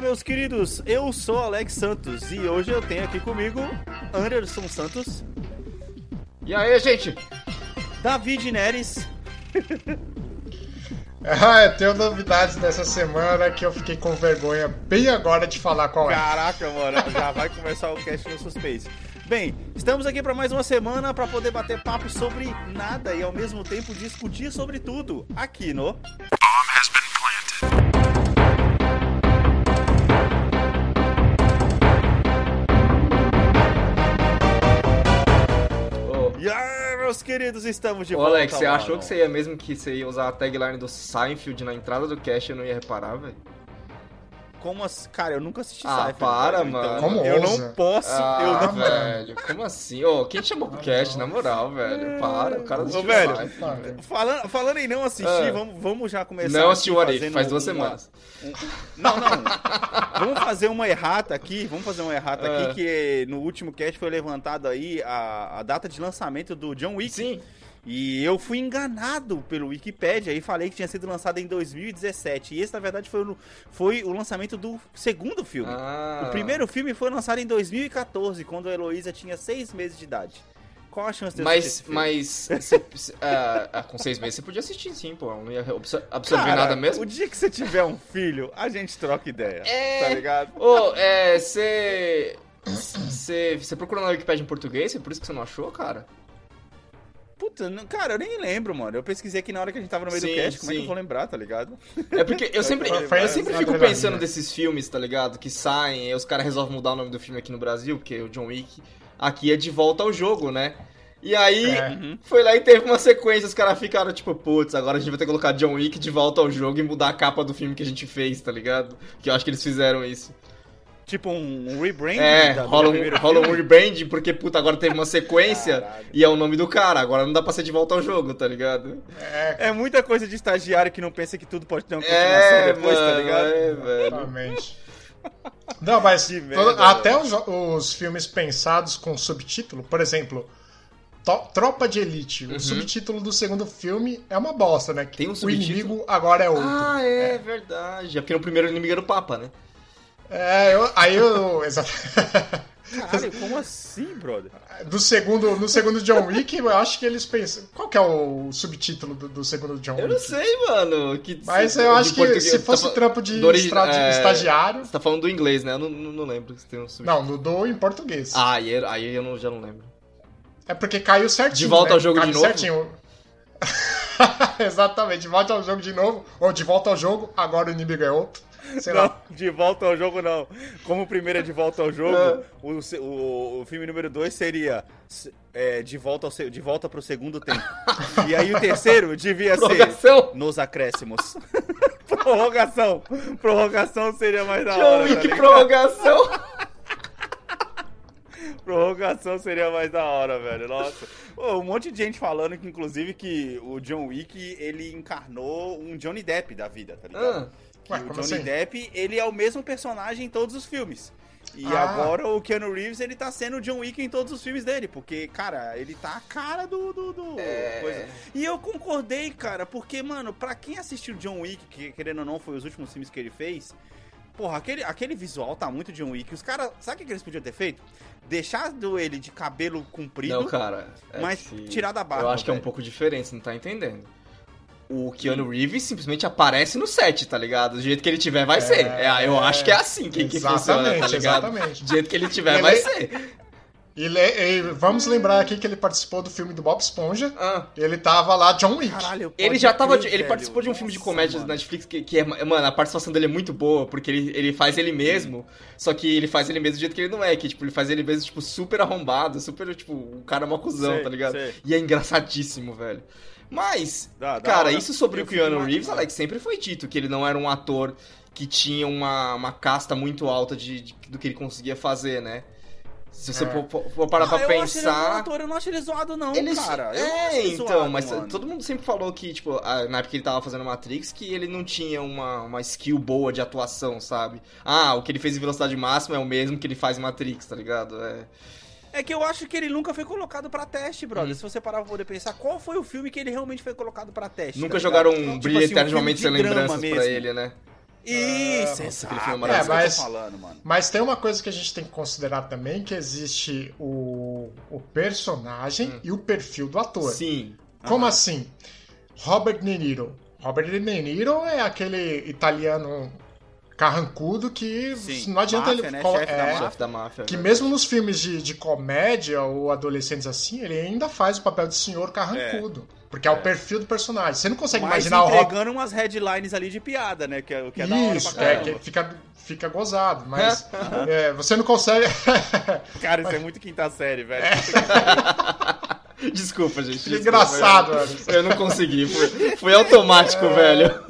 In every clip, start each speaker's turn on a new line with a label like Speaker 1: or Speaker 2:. Speaker 1: meus queridos, eu sou Alex Santos e hoje eu tenho aqui comigo Anderson Santos,
Speaker 2: E aí, gente?
Speaker 1: David Neres,
Speaker 2: Ah, eu tenho novidades dessa semana que eu fiquei com vergonha bem agora de falar qual é.
Speaker 1: Caraca, mano, já vai começar o cast no suspense. Bem, estamos aqui para mais uma semana para poder bater papo sobre nada e ao mesmo tempo discutir sobre tudo aqui no.
Speaker 3: Ô,
Speaker 1: E aí, meus queridos, estamos de
Speaker 3: ô,
Speaker 1: volta.
Speaker 3: Alex, você
Speaker 1: mano.
Speaker 3: achou que você ia mesmo que você ia usar a tagline do Seinfeld na entrada do cast e eu não ia reparar, velho?
Speaker 1: Como as... Cara, eu nunca assisti
Speaker 3: Ah,
Speaker 1: Seinfeld,
Speaker 3: para,
Speaker 1: velho, então
Speaker 3: mano.
Speaker 2: Como
Speaker 1: eu
Speaker 2: ousa?
Speaker 1: não posso. eu
Speaker 3: Ah,
Speaker 1: não...
Speaker 3: velho, como assim? Ô, quem te chamou
Speaker 2: Ah,
Speaker 3: pro cast, na moral,
Speaker 2: É.
Speaker 3: velho? Para, o cara assistiu
Speaker 1: Ô, velho,
Speaker 3: Seinfeld.
Speaker 2: Olha,
Speaker 1: Falando, falando em não assistir,
Speaker 3: Ah.
Speaker 1: vamos, vamos já começar.
Speaker 3: Não
Speaker 1: aqui
Speaker 3: assistiu o Arif,
Speaker 1: fazendo
Speaker 3: faz duas
Speaker 1: uma-
Speaker 3: semanas.
Speaker 1: Não, não. vamos fazer uma errata aqui. Vamos fazer uma errata
Speaker 3: É.
Speaker 1: aqui, que no último cast foi levantado aí a, a data de lançamento do John Wick.
Speaker 3: Sim,
Speaker 1: E eu fui enganado pelo Wikipedia e falei que tinha sido lançado em 2017. E esse, na verdade, foi, o- foi o lançamento do segundo filme.
Speaker 3: Ah.
Speaker 1: O primeiro filme foi lançado em 2014, quando a Heloísa tinha seis meses de idade. Qual a chance de eu
Speaker 3: Mas,
Speaker 1: assistir esse filme?
Speaker 3: mas cê- cê- ah, ah, com seis meses você podia assistir sim, pô. Não ia absor- absorver
Speaker 1: Cara,
Speaker 3: nada mesmo.
Speaker 1: O dia que você tiver um filho, a gente troca ideia.
Speaker 3: É.
Speaker 1: Tá ligado?
Speaker 3: Ô, é, você. Você procurou na Wikipedia em português? É por isso que você não achou, cara?
Speaker 1: Puta, não- cara, eu nem lembro, mano. Eu pesquisei aqui na hora que a gente tava no meio do
Speaker 3: Sim,
Speaker 1: cast, como é que
Speaker 3: sim.
Speaker 1: eu vou lembrar, tá ligado?
Speaker 3: É porque eu sempre,
Speaker 1: Foi- foi
Speaker 3: eu sempre
Speaker 2: na
Speaker 3: fico
Speaker 2: adrenalina.
Speaker 3: pensando desses filmes, tá ligado? Que saem, e os caras resolvem mudar o nome do filme aqui no Brasil, porque o John Wick aqui é de volta ao jogo, né? E aí
Speaker 2: É.
Speaker 1: Uhum.
Speaker 3: foi lá e teve uma sequência, os caras ficaram tipo, putz, agora a gente vai ter que colocar John Wick de volta ao jogo e mudar a capa do filme que a gente fez, tá ligado? Que eu acho que eles fizeram isso.
Speaker 1: Tipo um, um rebrand.
Speaker 3: É, rola um, rola um rebrand, porque puta, agora teve uma sequência e é o nome do cara, agora não dá pra ser de volta ao jogo, tá ligado?
Speaker 2: É,
Speaker 1: É muita coisa de estagiário que não pensa que tudo pode ter uma continuação
Speaker 3: É,
Speaker 1: depois,
Speaker 3: mano,
Speaker 1: tá ligado?
Speaker 3: é, velho.
Speaker 2: realmente. Não, mas
Speaker 1: Que merda,
Speaker 2: todo-
Speaker 1: velho.
Speaker 2: até os, os filmes pensados com subtítulo, por exemplo, To- Tropa de Elite,
Speaker 1: Uhum.
Speaker 2: o subtítulo do segundo filme é uma bosta, né? Que
Speaker 3: Tem um
Speaker 2: o
Speaker 3: subtítulo?
Speaker 2: inimigo agora é outro.
Speaker 3: Ah, é, verdade. É porque no primeiro inimigo era o Papa, né?
Speaker 2: É, eu- aí eu. Exato.
Speaker 1: Caralho, como assim, brother?
Speaker 2: Do segundo, no segundo John Wick, eu acho que eles pensam. Qual que é o subtítulo do, do segundo John
Speaker 3: Eu
Speaker 2: Wick?
Speaker 3: não sei, mano. Que,
Speaker 2: Mas
Speaker 3: se-
Speaker 2: eu
Speaker 3: de
Speaker 2: acho que
Speaker 3: português-
Speaker 2: se fosse
Speaker 3: tá, fa-
Speaker 2: trampo de
Speaker 3: do origi-
Speaker 2: estra- de
Speaker 3: é.
Speaker 2: estagiário.
Speaker 3: Você tá falando do inglês, né? Eu não, não, não lembro se tem um subtítulo.
Speaker 2: Não, mudou em português.
Speaker 3: Ah, aí, era- aí eu não- já não lembro.
Speaker 2: É porque caiu certinho.
Speaker 3: De volta
Speaker 2: né?
Speaker 3: ao jogo
Speaker 2: caiu
Speaker 3: de novo?
Speaker 2: certinho. Exatamente, de volta ao jogo de novo. Ou de volta ao jogo, agora o inimigo é outro. Sei lá.
Speaker 1: Não, de volta ao jogo não. Como o primeiro é de volta ao jogo, o, se- o, o filme número 2 seria se- é, de, volta ao, se- de volta pro segundo tempo. E aí o terceiro devia ser
Speaker 3: Prorrogação!
Speaker 1: nos acréscimos. prorrogação. Prorrogação seria mais da
Speaker 3: John
Speaker 1: hora. tá
Speaker 3: Wick,
Speaker 1: ligado?
Speaker 3: prorrogação!
Speaker 1: Prorrogação seria mais da hora, velho. Nossa. Ô, um monte de gente falando que, inclusive, que o John Wick, ele encarnou um Johnny Depp da vida, tá ligado?
Speaker 3: Ah,
Speaker 1: Que
Speaker 2: Ué,
Speaker 1: o
Speaker 2: como
Speaker 1: Johnny
Speaker 2: assim?
Speaker 1: Depp, ele é o mesmo personagem em todos os filmes. E
Speaker 2: Ah.
Speaker 1: agora o Keanu Reeves, ele tá sendo o John Wick em todos os filmes dele, porque, cara, ele tá a cara do... do, do-
Speaker 2: É.
Speaker 1: coisa. E eu concordei, cara, porque, mano, pra quem assistiu John Wick, que querendo ou não foi os últimos filmes que ele fez, porra, aquele, aquele visual tá muito John Wick. Os caras, sabe o que que eles podiam ter feito? Deixado ele de cabelo comprido,
Speaker 3: não, cara. é
Speaker 1: mas
Speaker 3: que-
Speaker 1: tirar da barba,
Speaker 3: Eu acho que é um
Speaker 1: velho.
Speaker 3: pouco diferente, você não tá entendendo. O Keanu Reeves simplesmente aparece no set, tá ligado? Do jeito que ele tiver, vai ser. É, eu acho que é assim que, que funciona, tá
Speaker 2: Exatamente,
Speaker 3: ligado?
Speaker 2: exatamente.
Speaker 3: Do jeito que ele tiver,
Speaker 1: é
Speaker 2: Ele-
Speaker 3: vai ser.
Speaker 2: E, le- e vamos lembrar aqui que ele participou do filme do Bob Esponja.
Speaker 3: Ah.
Speaker 2: Ele tava lá, John Wick.
Speaker 1: Caralho,
Speaker 3: Ele
Speaker 1: pode
Speaker 3: já tava.
Speaker 1: crer,
Speaker 3: de- ele
Speaker 1: velho.
Speaker 3: participou de um filme de
Speaker 1: Nossa,
Speaker 3: comédia
Speaker 1: mano.
Speaker 3: da Netflix que, que é. Mano, a participação dele é muito boa, porque ele, ele faz ele mesmo, só que ele faz ele mesmo do jeito que ele não é, que tipo, ele faz ele mesmo, tipo, super arrombado, super, tipo, um cara mó cuzão,
Speaker 1: Sei,
Speaker 3: tá ligado?
Speaker 1: sei.
Speaker 3: E é engraçadíssimo, velho. Mas,
Speaker 1: Da- da
Speaker 3: cara,
Speaker 1: hora.
Speaker 3: isso sobre
Speaker 1: Eu
Speaker 3: o
Speaker 1: fico
Speaker 3: Keanu
Speaker 1: imaginando.
Speaker 3: Reeves, Alex, sempre foi dito que ele não era um ator que tinha uma, uma casta muito alta de, de- do que ele conseguia fazer, né? Se você
Speaker 2: É.
Speaker 3: for, for- for parar
Speaker 1: Ah,
Speaker 3: pra
Speaker 1: eu acho ele um bom
Speaker 3: pensar.
Speaker 1: ator, eu não acho ele zoado, não,
Speaker 3: Ele-
Speaker 1: cara. Eu não acho
Speaker 3: é,
Speaker 1: ele
Speaker 3: então,
Speaker 1: zoado,
Speaker 3: mas
Speaker 1: mano.
Speaker 3: todo mundo sempre falou que, tipo, a- na época que ele tava fazendo Matrix, que ele não tinha uma, uma skill boa de atuação, sabe? Ah, o que ele fez em velocidade máxima é o mesmo que ele faz em Matrix, tá ligado? É.
Speaker 1: É que eu acho que ele nunca foi colocado pra teste,
Speaker 3: Hum.
Speaker 1: brother. Se você parar pra poder pensar, qual foi o filme que ele realmente foi colocado pra teste?
Speaker 3: Nunca
Speaker 1: tá ligado?
Speaker 3: jogaram um
Speaker 1: Tipo
Speaker 3: brilho
Speaker 1: assim, um
Speaker 3: eternamente
Speaker 1: filme
Speaker 3: sem
Speaker 1: de drama
Speaker 3: lembranças pra
Speaker 1: mesmo.
Speaker 3: ele, né?
Speaker 1: Isso, é,
Speaker 3: aquele filme é
Speaker 2: É,
Speaker 3: maravilhoso.
Speaker 2: mas,
Speaker 1: falando, mano.
Speaker 2: mas tem uma coisa que a gente tem que considerar também, que existe o, o personagem
Speaker 3: Hum.
Speaker 2: e o perfil do ator.
Speaker 3: Sim.
Speaker 2: Como assim? Robert De Niro. Robert De Niro é aquele italiano carrancudo que
Speaker 1: Sim,
Speaker 2: não adianta
Speaker 1: máfia,
Speaker 2: ele...
Speaker 1: né?
Speaker 2: col-
Speaker 1: Chefe da
Speaker 2: é,
Speaker 1: máfia.
Speaker 3: Chefe da máfia. né?
Speaker 2: que
Speaker 3: velho.
Speaker 2: mesmo nos filmes de, de comédia ou adolescentes assim, ele ainda faz o papel de senhor carrancudo. Porque é,
Speaker 3: É.
Speaker 2: o perfil do personagem. Você não consegue
Speaker 1: Mas
Speaker 2: imaginar o Robert...
Speaker 1: entregando umas headlines ali de piada, né? Que é, o que é da hora pra
Speaker 2: Isso, é,
Speaker 1: caramba.
Speaker 2: que fica, fica gozado, mas é, você não consegue.
Speaker 1: Cara, isso é muito quinta série, velho.
Speaker 2: É.
Speaker 3: Desculpa, gente.
Speaker 2: Que
Speaker 3: desculpa,
Speaker 2: é
Speaker 1: é
Speaker 2: engraçado,
Speaker 3: velho.
Speaker 2: velho.
Speaker 3: Eu não consegui. Foi, foi automático,
Speaker 1: Ah, tá
Speaker 3: velho.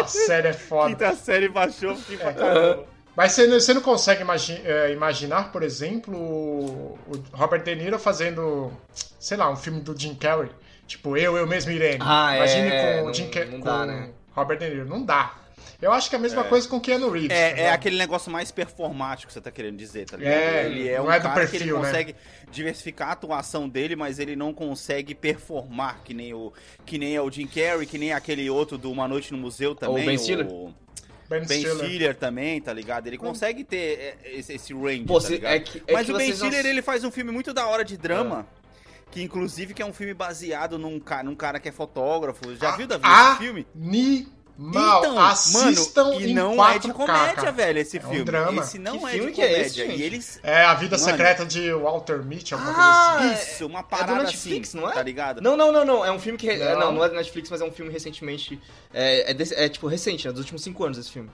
Speaker 2: A série é foda.
Speaker 1: Quinta série baixou, fiquei
Speaker 2: É.
Speaker 1: pra caramba.
Speaker 2: Mas você, não- você não consegue imagi- é, imaginar, por exemplo, o o Robert De Niro fazendo, sei lá, um filme do Jim Carrey. Tipo, eu, eu mesmo, Irene.
Speaker 3: Ah, é,
Speaker 2: Imagine com
Speaker 3: não-
Speaker 2: o Jim Carrey.
Speaker 3: não
Speaker 2: Com
Speaker 3: dá, né?
Speaker 2: Robert De Niro. Não dá. Eu acho que é a mesma coisa com Keanu Reeves.
Speaker 1: É, é
Speaker 2: né?
Speaker 1: aquele negócio mais performático que você tá querendo dizer, tá ligado?
Speaker 2: É,
Speaker 1: ele é
Speaker 2: não
Speaker 1: um
Speaker 2: é do
Speaker 1: cara que ele
Speaker 2: perfil, né?
Speaker 1: consegue diversificar a atuação dele, mas ele não consegue performar que nem o que nem é o Jim Carrey, que nem aquele outro do Uma Noite no Museu também,
Speaker 3: Ben Stiller.
Speaker 2: Ben
Speaker 1: Ben
Speaker 2: Stiller.
Speaker 1: Stiller também, tá ligado? Ele consegue ter é, esse, esse range,
Speaker 3: Pô,
Speaker 1: tá
Speaker 3: cê-
Speaker 1: ligado?
Speaker 3: é que, é
Speaker 1: Mas
Speaker 3: que
Speaker 1: o Ben
Speaker 3: vocês não-
Speaker 1: Stiller, ele faz um filme muito da hora de drama, que inclusive que é um filme baseado num, ca- num cara que é fotógrafo. Já
Speaker 2: Ah,
Speaker 1: viu, Davi,
Speaker 2: ah,
Speaker 1: esse filme?
Speaker 2: Animal. Assistam
Speaker 1: Então, mano, e
Speaker 2: em
Speaker 1: não é de
Speaker 2: 4K,
Speaker 1: comédia,
Speaker 2: cara.
Speaker 1: velho, esse
Speaker 2: É um
Speaker 1: filme.
Speaker 2: drama.
Speaker 1: Esse não
Speaker 3: Que
Speaker 1: é
Speaker 3: filme
Speaker 1: de
Speaker 3: que é
Speaker 1: comédia.
Speaker 3: esse, gente?
Speaker 1: e eles.
Speaker 2: É a vida
Speaker 1: Mano.
Speaker 2: secreta de Walter Mitty, alguma
Speaker 3: Ah,
Speaker 2: coisa assim.
Speaker 1: Isso, uma parada
Speaker 3: Netflix,
Speaker 1: assim,
Speaker 3: não é?
Speaker 1: tá ligado?
Speaker 3: Não, não, não, não. É um filme que. é, Não,
Speaker 2: Não.
Speaker 3: não, é da Netflix, mas é um filme recentemente. É, é desse- é, tipo recente, né? Dos últimos cinco anos esse filme.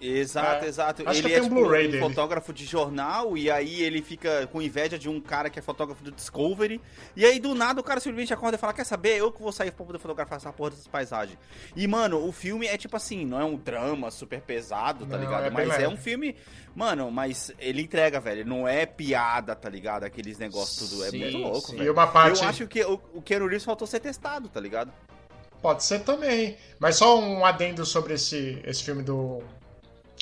Speaker 1: Exato,
Speaker 2: É.
Speaker 1: exato.
Speaker 2: Acho
Speaker 1: ele
Speaker 2: que
Speaker 1: é
Speaker 2: tem um
Speaker 1: tipo,
Speaker 2: Blu-ray dele.
Speaker 1: fotógrafo de jornal e aí ele fica com inveja de um cara que é fotógrafo do Discovery. E aí do nada o cara simplesmente acorda e fala: Quer saber? Eu que vou sair pra poder fotografar essa porra dessas paisagens. E mano, o filme é tipo assim: não é um drama super pesado, tá
Speaker 2: Não,
Speaker 1: ligado?
Speaker 2: é bem
Speaker 1: mas é
Speaker 2: leve.
Speaker 1: um filme. Mano, mas ele entrega, velho. Não é piada, tá ligado? Aqueles negócios tudo. É
Speaker 3: Sim,
Speaker 1: muito louco,
Speaker 3: sim.
Speaker 2: assim. E
Speaker 1: velho.
Speaker 2: uma parte.
Speaker 1: Eu acho que o, o Keanu Reeves faltou ser testado, tá ligado?
Speaker 2: Pode ser também. Mas só um adendo sobre esse, esse filme do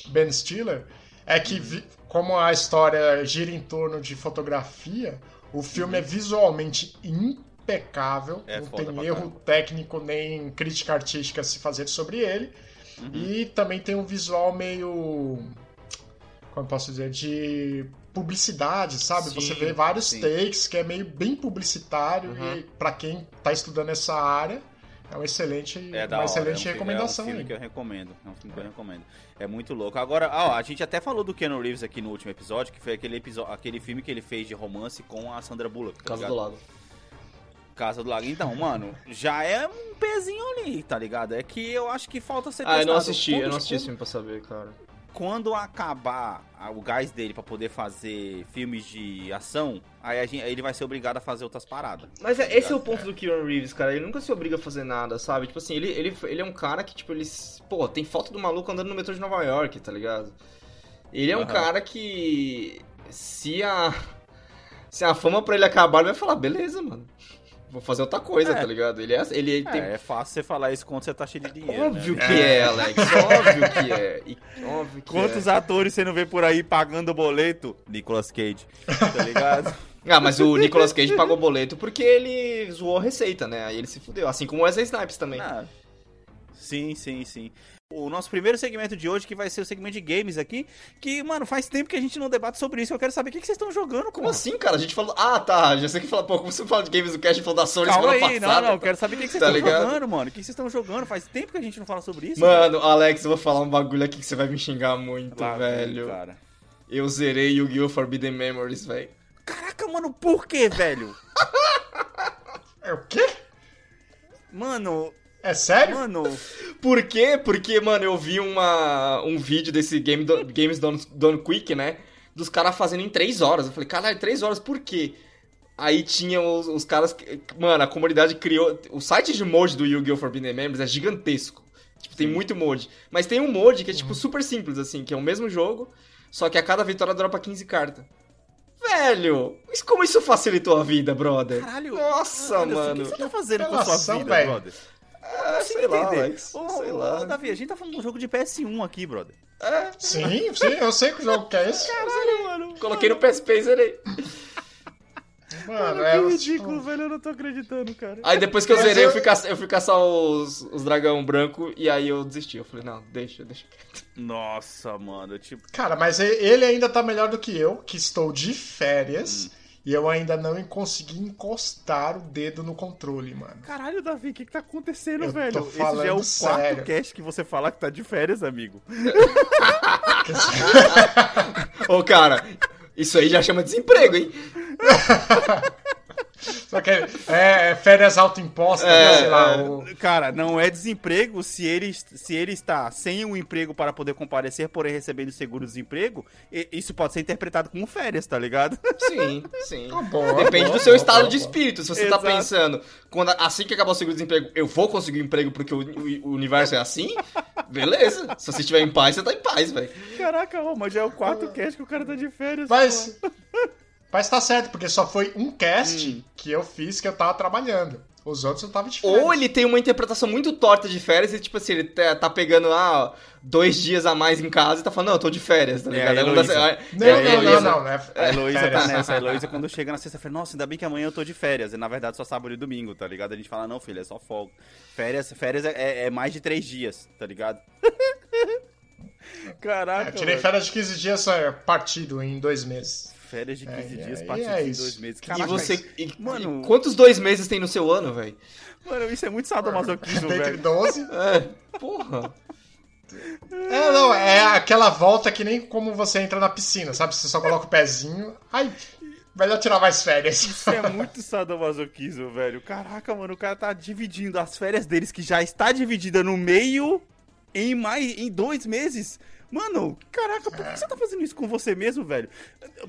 Speaker 2: Ben Stiller é que, vi- como a história gira em torno de fotografia, o filme é visualmente impecável.
Speaker 1: Uhum. É
Speaker 2: não
Speaker 1: foda pra
Speaker 2: tem erro técnico nem crítica artística a se fazer sobre ele. E também tem um visual meio. Como eu posso dizer? De publicidade, sabe?
Speaker 3: Sim,
Speaker 2: Você vê vários
Speaker 3: sim.
Speaker 2: takes que é meio bem publicitário
Speaker 3: Uhum.
Speaker 2: e pra quem tá estudando essa área é um excelente,
Speaker 1: É da
Speaker 2: uma
Speaker 1: hora,
Speaker 2: excelente
Speaker 1: é um filme-
Speaker 2: recomendação.
Speaker 1: É um filme
Speaker 2: aí.
Speaker 1: que eu recomendo. É um filme que eu recomendo. É muito louco. Agora, ó, a gente até falou do Keanu Reeves aqui no último episódio, que foi aquele, episódio, aquele filme que ele fez de romance com a Sandra Bullock. Tá
Speaker 3: Casa
Speaker 1: ligado?
Speaker 3: do Lago.
Speaker 1: Casa do Lago. Então, mano, já é um pezinho ali, tá ligado? É que eu acho que falta ser
Speaker 3: Ah, eu não
Speaker 1: testado.
Speaker 3: assisti, eu
Speaker 1: Quando-
Speaker 3: não assisti esse filme pra saber, cara.
Speaker 1: Quando acabar a- o gás dele pra poder fazer filmes de ação, aí, a gente- aí ele vai ser obrigado a fazer outras paradas.
Speaker 3: Mas é-
Speaker 1: Tá
Speaker 3: esse é o
Speaker 1: ligado?
Speaker 3: ponto do Keanu Reeves, cara. Ele nunca se obriga a fazer nada, sabe? Tipo assim, ele, ele, ele é um cara que, tipo, ele. s- Pô, tem foto do maluco andando no metrô de Nova York, tá ligado? Ele é um
Speaker 1: Aham.
Speaker 3: cara que. Se a. Se a fama pra ele acabar, ele vai falar, beleza, mano. Vou fazer outra coisa,
Speaker 1: É.
Speaker 3: tá ligado? Ele, é, ele, ele tem.
Speaker 1: É, é fácil você falar isso quando você tá cheio de dinheiro. né?
Speaker 3: Óbvio que é, Alex. Óbvio que é. E- óbvio que
Speaker 1: Quantos
Speaker 3: é.
Speaker 1: atores você não vê por aí pagando boleto? Nicolas Cage, tá ligado?
Speaker 3: Ah, mas o Nicolas Cage pagou boleto porque ele zoou a receita, né? Aí ele se fudeu. Assim como o Wesley Snipes também.
Speaker 1: Ah, sim, sim, sim. O nosso primeiro segmento de hoje, que vai ser o segmento de games aqui, que, mano, faz tempo que a gente não debate sobre isso. Eu quero saber o que, que vocês estão jogando,
Speaker 3: Como
Speaker 1: como assim?
Speaker 3: assim, cara? A gente falou. Ah, tá. Já sei que fala, pô, como você fala de games do Cash, a gente falou da Sony
Speaker 1: Calma
Speaker 3: semana
Speaker 1: aí,
Speaker 3: passada.
Speaker 1: não, não, eu quero saber o que, que vocês
Speaker 3: Tá
Speaker 1: estão
Speaker 3: ligado?
Speaker 1: jogando, mano. O que que vocês estão jogando? Faz tempo que a gente não fala sobre isso.
Speaker 3: Mano, Alex, eu vou falar um bagulho aqui que você vai me xingar muito,
Speaker 1: Lá vem,
Speaker 3: velho.
Speaker 1: né, cara.
Speaker 3: Eu zerei Yu-Gi-Oh! Forbidden Memories, velho.
Speaker 1: Caraca, mano, por que, velho?
Speaker 2: É o quê?
Speaker 1: Mano,
Speaker 2: É sério?
Speaker 1: mano,
Speaker 3: Por quê? Porque, mano, eu vi uma, um vídeo desse game do- Games Done, Done Quick, né? Dos caras fazendo em 3 horas. Eu falei, caralho, 3 horas, por quê? Aí tinha os, os caras. que- Mano, a comunidade criou. O site de mod do Yu-Gi-Oh! Forbidden Memories é gigantesco. Tipo, tem muito mod. Mas tem um mod que é, tipo, super simples, assim, que é o mesmo jogo, só que a cada vitória dropa 15 cartas. Velho! Mas como isso facilitou a vida, brother?
Speaker 1: caralho.
Speaker 3: Nossa,
Speaker 1: Anderson,
Speaker 3: mano.
Speaker 1: O que que você tá fazendo com a sua
Speaker 2: apelação,
Speaker 1: vida,
Speaker 2: velho.
Speaker 1: brother?
Speaker 3: Ah,
Speaker 1: consigo
Speaker 3: sei lá,
Speaker 1: Tá entender.
Speaker 3: Alex.
Speaker 1: Ô,
Speaker 3: sei
Speaker 1: ô,
Speaker 3: lá.
Speaker 1: ô, Davi, a gente tá falando de um jogo de PS1 aqui, brother.
Speaker 3: É,
Speaker 2: Sim, sim, eu sei que jogo que é esse.
Speaker 1: Caralho, mano.
Speaker 3: coloquei no PSP e zerei.
Speaker 1: Mano, que
Speaker 2: é
Speaker 1: ridículo,
Speaker 2: tipo,
Speaker 1: velho. Eu não tô acreditando, cara.
Speaker 3: Aí depois que eu
Speaker 2: Mas
Speaker 3: zerei, eu
Speaker 2: eu-
Speaker 3: fui caçar, eu fui caçar os, os dragão branco e aí eu desisti. Eu falei, não, deixa, deixa.
Speaker 1: Nossa, mano. Tipo,
Speaker 2: Cara, mas e- ele ainda tá melhor do que eu, que estou de férias
Speaker 1: Hum.
Speaker 2: e eu ainda não consegui encostar o dedo no controle, mano.
Speaker 1: caralho, Davi, o que, que tá acontecendo,
Speaker 2: Eu tô
Speaker 1: velho? Esse
Speaker 2: falando
Speaker 1: já é o quarto
Speaker 2: sério.
Speaker 1: cast que você fala que tá de férias, amigo.
Speaker 3: Ô, cara, isso aí já chama desemprego, hein?
Speaker 2: Só que é, é férias autoimpostas, né,
Speaker 3: É,
Speaker 2: sei lá.
Speaker 3: é.
Speaker 2: o-
Speaker 1: Cara, não é desemprego se ele, se ele está sem um emprego para poder comparecer, porém recebendo seguro-desemprego. e- Isso pode ser interpretado como férias, tá ligado?
Speaker 3: Sim, sim.
Speaker 2: Tá bom,
Speaker 3: Depende
Speaker 2: tá
Speaker 3: do
Speaker 2: bom,
Speaker 3: seu
Speaker 2: tá
Speaker 3: estado
Speaker 2: bom,
Speaker 3: de
Speaker 2: tá bom.
Speaker 3: espírito. Se você
Speaker 1: Exato.
Speaker 3: tá pensando, quando, assim que acabar o seguro-desemprego, eu vou conseguir um emprego porque o, o- o universo é assim, beleza. Se você estiver em paz, você tá em paz, velho.
Speaker 1: Caraca, ô, mas já é o quarto cast que o cara tá de férias. pô.
Speaker 2: Mas, mas tá certo, porque só foi um cast
Speaker 1: Hum.
Speaker 2: que eu fiz que eu tava trabalhando. Os outros eu tava de férias.
Speaker 3: Ou ele tem uma interpretação muito torta de férias e, tipo assim, ele tá, tá pegando ah, dois dias a mais em casa e tá falando, não, eu tô de férias, tá
Speaker 1: É,
Speaker 3: ligado?
Speaker 1: a
Speaker 3: Aí não dá
Speaker 1: Heloísa.
Speaker 3: certo.
Speaker 2: Não,
Speaker 3: É, a
Speaker 2: não, não,
Speaker 3: Heloísa.
Speaker 2: não, não. É,
Speaker 1: A Heloísa tá
Speaker 2: férias.
Speaker 1: nessa. A Heloísa, quando chega na sexta-feira, nossa, ainda bem que amanhã eu tô de férias. E na verdade só sábado e domingo, tá ligado? A gente fala, não, filho, é só folga. Férias, férias é- é, é mais de três dias, tá ligado? Caraca.
Speaker 2: É, Eu tirei
Speaker 1: mano.
Speaker 2: férias de 15 dias só é partido em dois meses.
Speaker 1: Férias de 15
Speaker 2: É,
Speaker 1: dias,
Speaker 2: é,
Speaker 1: partidos
Speaker 2: é
Speaker 1: em
Speaker 2: isso.
Speaker 1: dois meses.
Speaker 3: E
Speaker 1: Caraca,
Speaker 3: você. e-
Speaker 1: Mano.
Speaker 3: e quantos dois meses tem no seu ano, velho?
Speaker 1: Mano, isso é muito sadomasoquismo,
Speaker 2: Entre
Speaker 1: velho.
Speaker 2: 12.
Speaker 3: É, porra.
Speaker 2: É, não, é aquela volta que nem como você entra na piscina, sabe? Você só coloca o pezinho. Ai, melhor tirar mais férias.
Speaker 1: Isso é muito sadomasoquismo, velho. Caraca, mano, o cara tá dividindo as férias deles, que já está dividida no meio, em mais em dois meses. Mano, caraca, por que você tá fazendo isso com você mesmo, velho?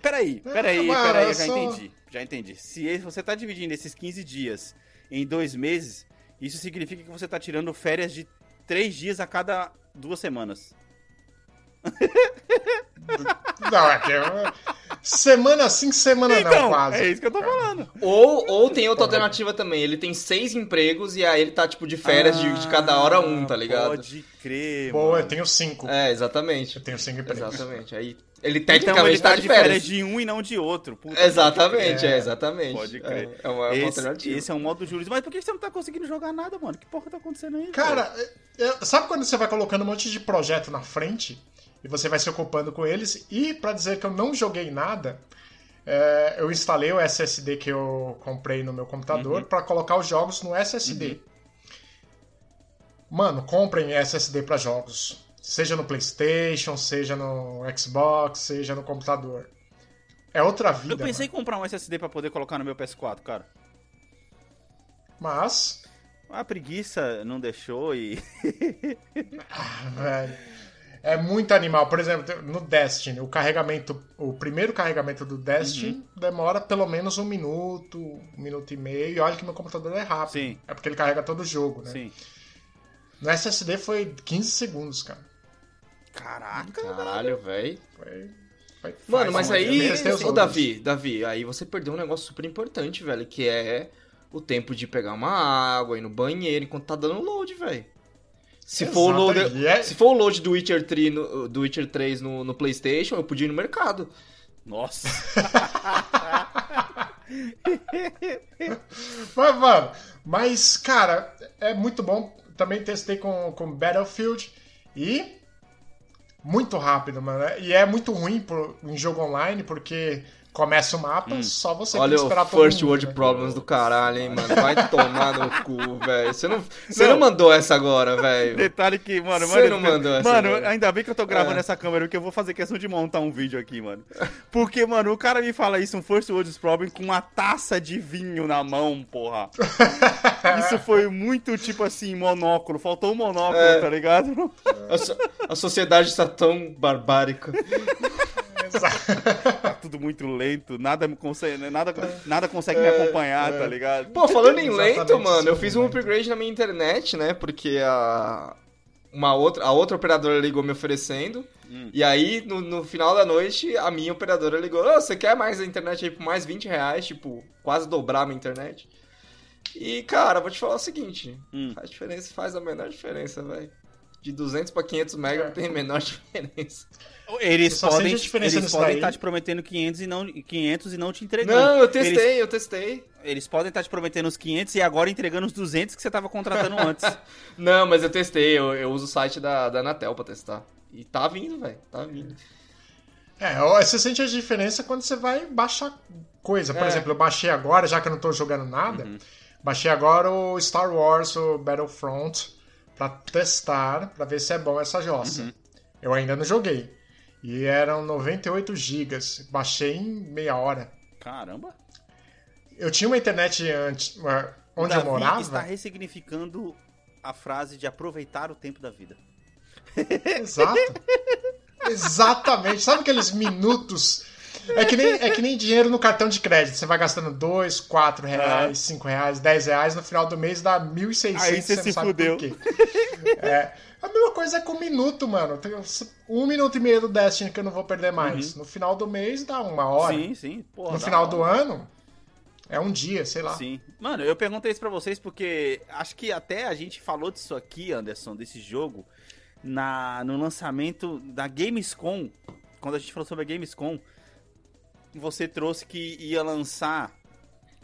Speaker 1: Peraí,
Speaker 2: É,
Speaker 1: peraí,
Speaker 2: mano,
Speaker 1: peraí, eu
Speaker 2: eu
Speaker 1: já
Speaker 2: sou-
Speaker 1: entendi. Já entendi. Se esse- você tá dividindo esses 15 dias em dois meses, isso significa que você tá tirando férias de três dias a cada duas semanas.
Speaker 2: Não, é que eu... Semana sim, semana não,
Speaker 1: Então,
Speaker 2: quase.
Speaker 1: é isso que eu tô falando.
Speaker 3: Ou, ou tem outra alternativa também. Ele tem seis empregos e aí ele tá, tipo, de férias de, de cada hora um, tá ligado?
Speaker 1: Ah, Pode crer,
Speaker 2: Boa,
Speaker 1: mano.
Speaker 2: eu tenho cinco.
Speaker 3: É,
Speaker 2: Eu
Speaker 3: exatamente.
Speaker 2: tenho cinco empregos.
Speaker 3: Exatamente. Aí ele
Speaker 1: Então
Speaker 3: tecnicamente
Speaker 1: ele tá,
Speaker 3: tá,
Speaker 1: de férias de um e não de outro. Puta,
Speaker 3: Exatamente, é,
Speaker 2: É,
Speaker 3: exatamente.
Speaker 1: pode crer.
Speaker 3: É, é uma, é uma
Speaker 1: Esse,
Speaker 3: alternativa.
Speaker 1: esse é um modo juros. Mas por que você não tá conseguindo jogar nada, mano? Que porra tá acontecendo aí?
Speaker 2: Cara, é- é- sabe quando você vai colocando um monte de projeto na frente e você vai se ocupando com eles? E pra dizer que eu não joguei nada, é, eu instalei o SSD que eu comprei no meu computador
Speaker 1: Uhum.
Speaker 2: pra colocar os jogos no SSD. Mano, comprem SSD pra jogos. Seja no PlayStation, seja no Xbox, seja no computador. É outra vida.
Speaker 1: eu pensei em comprar um SSD pra poder colocar no meu PS4, cara.
Speaker 2: mano. Mas.
Speaker 1: A preguiça não deixou e.
Speaker 2: Velho. É muito animal. Por exemplo, no Destiny, o carregamento, o primeiro carregamento do Destiny
Speaker 3: Uhum.
Speaker 2: demora pelo menos um minuto, um minuto e meio. E olha que meu computador é rápido.
Speaker 1: Sim.
Speaker 2: É porque ele carrega todo o jogo, né?
Speaker 1: Sim.
Speaker 2: No SSD foi 15 segundos, cara.
Speaker 1: Caraca.
Speaker 3: Caralho, velho.
Speaker 2: Foi, foi
Speaker 3: Mano, mas
Speaker 2: faz um
Speaker 3: aí.
Speaker 2: mês, tem os
Speaker 3: Ô,
Speaker 2: outros.
Speaker 3: Davi, Davi, aí você perdeu um negócio super importante, velho, que é o tempo de pegar uma água, ir no banheiro, enquanto tá dando load, velho. Se for, o
Speaker 2: Exato,
Speaker 3: load,
Speaker 2: e é-
Speaker 3: se for o load do Witcher 3 no, do Witcher 3 no, no PlayStation, eu podia ir no mercado.
Speaker 1: Nossa.
Speaker 2: Mas, mano, mas, cara, é muito bom. Também testei com, com Battlefield e. Muito rápido, mano. E é muito ruim pro, em jogo online, porque começa o mapa, só você
Speaker 3: Hum. Olha
Speaker 2: tem que
Speaker 3: o
Speaker 2: esperar todo
Speaker 3: First
Speaker 2: mundo,
Speaker 3: World
Speaker 2: né?
Speaker 3: Problems do caralho, hein, mano. Vai tomar no cu, velho. Você não, você
Speaker 1: Não.
Speaker 3: não mandou essa agora, velho.
Speaker 1: Detalhe que, mano,
Speaker 3: Você
Speaker 1: mano,
Speaker 3: não mandou essa,
Speaker 1: mano,
Speaker 3: velho.
Speaker 1: ainda bem que eu tô gravando
Speaker 3: É.
Speaker 1: essa câmera, porque eu vou fazer questão de montar um vídeo aqui, mano. Porque, mano, o cara me fala isso, um First World Problem, com uma taça de vinho na mão, porra. Isso foi muito, tipo assim, monóculo. Faltou um monóculo,
Speaker 3: É.
Speaker 1: tá ligado?
Speaker 3: A, so- a sociedade está tão barbárica.
Speaker 1: Tá tudo muito lento, nada me consegue, nada, nada consegue
Speaker 3: É,
Speaker 1: me acompanhar, tá ligado?
Speaker 3: Pô, falando em
Speaker 2: Exatamente
Speaker 3: lento, mano, eu
Speaker 2: esse
Speaker 3: fiz um
Speaker 2: momento.
Speaker 3: upgrade na minha internet, né? Porque a. Uma outra, a outra operadora ligou me oferecendo.
Speaker 1: Hum.
Speaker 3: E aí, no, no final da noite, a minha operadora ligou: "Ô, você quer mais a internet aí por mais 20 reais? Tipo, quase dobrar a minha internet. E, cara, vou te falar o seguinte:
Speaker 1: Hum.
Speaker 3: faz diferença, faz a menor diferença, velho. de 200 pra 500 mega não tem a menor diferença.
Speaker 1: Eles
Speaker 2: só sei
Speaker 1: podem,
Speaker 2: de diferença
Speaker 1: eles
Speaker 2: nisso
Speaker 1: podem
Speaker 2: daí.
Speaker 1: estar te prometendo 500 e não, 500 e não te entregando.
Speaker 3: Não, eu
Speaker 1: Eles-
Speaker 3: testei, eu testei.
Speaker 1: Eles podem estar te prometendo os 500 e agora entregando os 200 que você tava contratando antes.
Speaker 3: Não, mas eu testei, eu, eu uso o site da, da Anatel pra testar. E tá vindo, velho, tá vindo.
Speaker 2: É, ó, você sente a diferença quando você vai baixar coisa. Por
Speaker 3: É.
Speaker 2: exemplo, eu baixei agora, já que eu não tô jogando nada, baixei agora o Star Wars, o Battlefront, pra testar, pra ver se é bom essa jossa. Eu ainda não joguei. E eram 98 gigas. Baixei em meia hora.
Speaker 1: Caramba.
Speaker 2: Eu tinha uma internet antes, uma- onde
Speaker 1: Davi
Speaker 2: eu morava.
Speaker 1: está ressignificando a frase de aproveitar o tempo da vida.
Speaker 2: Exato. Exatamente. Sabe aqueles minutos? É que, nem, é que nem dinheiro no cartão de crédito. Você vai gastando dois, quatro reais, cinco reais, dez reais, no final do mês dá 1.600.
Speaker 1: É. Aí você
Speaker 2: não
Speaker 1: se
Speaker 2: sabe por
Speaker 1: fudeu.
Speaker 2: quê. É, a mesma coisa é com minuto, mano. Tem uns- um minuto e meio do Destiny que eu não vou perder mais. No final do mês dá uma hora.
Speaker 1: Uhum. Sim, sim. Porra,
Speaker 2: no
Speaker 1: da
Speaker 2: final
Speaker 1: hora.
Speaker 2: do ano é um dia, sei lá.
Speaker 1: Sim. Mano, eu perguntei isso pra vocês porque acho que até a gente falou disso aqui, Anderson, desse jogo, na, no lançamento da Gamescom. Quando a gente falou sobre a Gamescom, você trouxe que ia lançar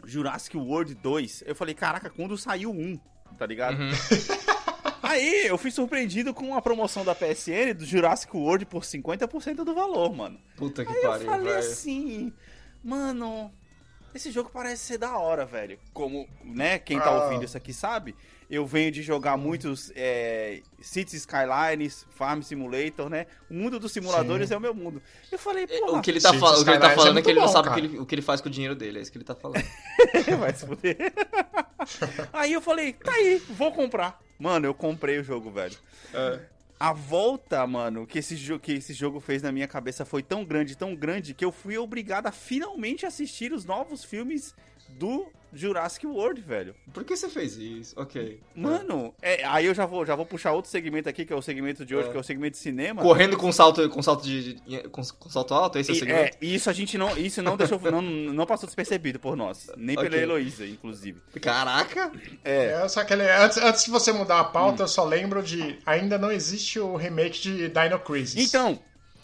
Speaker 1: Jurassic World 2. Eu falei, caraca, quando saiu um, tá ligado?
Speaker 3: Uhum.
Speaker 1: Aí eu fui surpreendido com a promoção da PSN do Jurassic World por 50% do valor, mano.
Speaker 3: Puta que
Speaker 1: Eu
Speaker 3: pariu,
Speaker 1: falei
Speaker 3: velho.
Speaker 1: assim, mano, esse jogo parece ser da hora, velho. Como, né, quem tá
Speaker 2: Ah.
Speaker 1: ouvindo isso aqui sabe, eu venho de jogar muitos é, Cities Skylines, Farm Simulator, né? O mundo dos simuladores é o meu mundo. Eu falei, pô,
Speaker 3: O que ele tá,
Speaker 2: Gente,
Speaker 3: fal-
Speaker 2: os
Speaker 3: o que ele tá
Speaker 2: canais é
Speaker 3: falando é
Speaker 2: muito
Speaker 3: que ele não
Speaker 2: bom,
Speaker 3: sabe o que
Speaker 2: cara.
Speaker 3: ele, o que ele faz com o dinheiro dele, é isso que ele tá falando.
Speaker 1: vai se fuder. aí eu falei, tá aí, vou comprar. Mano, eu comprei o jogo, velho.
Speaker 2: É.
Speaker 1: A volta, mano, que esse, jo- que esse jogo fez na minha cabeça foi tão grande, tão grande, que eu fui obrigado a finalmente assistir os novos filmes do Jurassic World, velho.
Speaker 3: Por que você fez isso? Ok.
Speaker 1: Mano, é, aí eu já vou, já vou puxar outro segmento aqui, que é o segmento de hoje,
Speaker 3: É.
Speaker 1: que é o segmento de cinema.
Speaker 3: Correndo com salto, com salto de. de- com, com salto alto, esse é o
Speaker 1: E,
Speaker 3: segredo?
Speaker 1: é, e isso a gente não, isso não deixou, não, não passou despercebido por nós, nem pela
Speaker 3: Ok.
Speaker 1: Heloísa, inclusive.
Speaker 3: Caraca!
Speaker 2: É, só aquele, antes, antes de você mudar a pauta,
Speaker 1: Hum.
Speaker 2: eu só lembro de. Ainda não existe o remake de Dino Crisis.
Speaker 1: Então,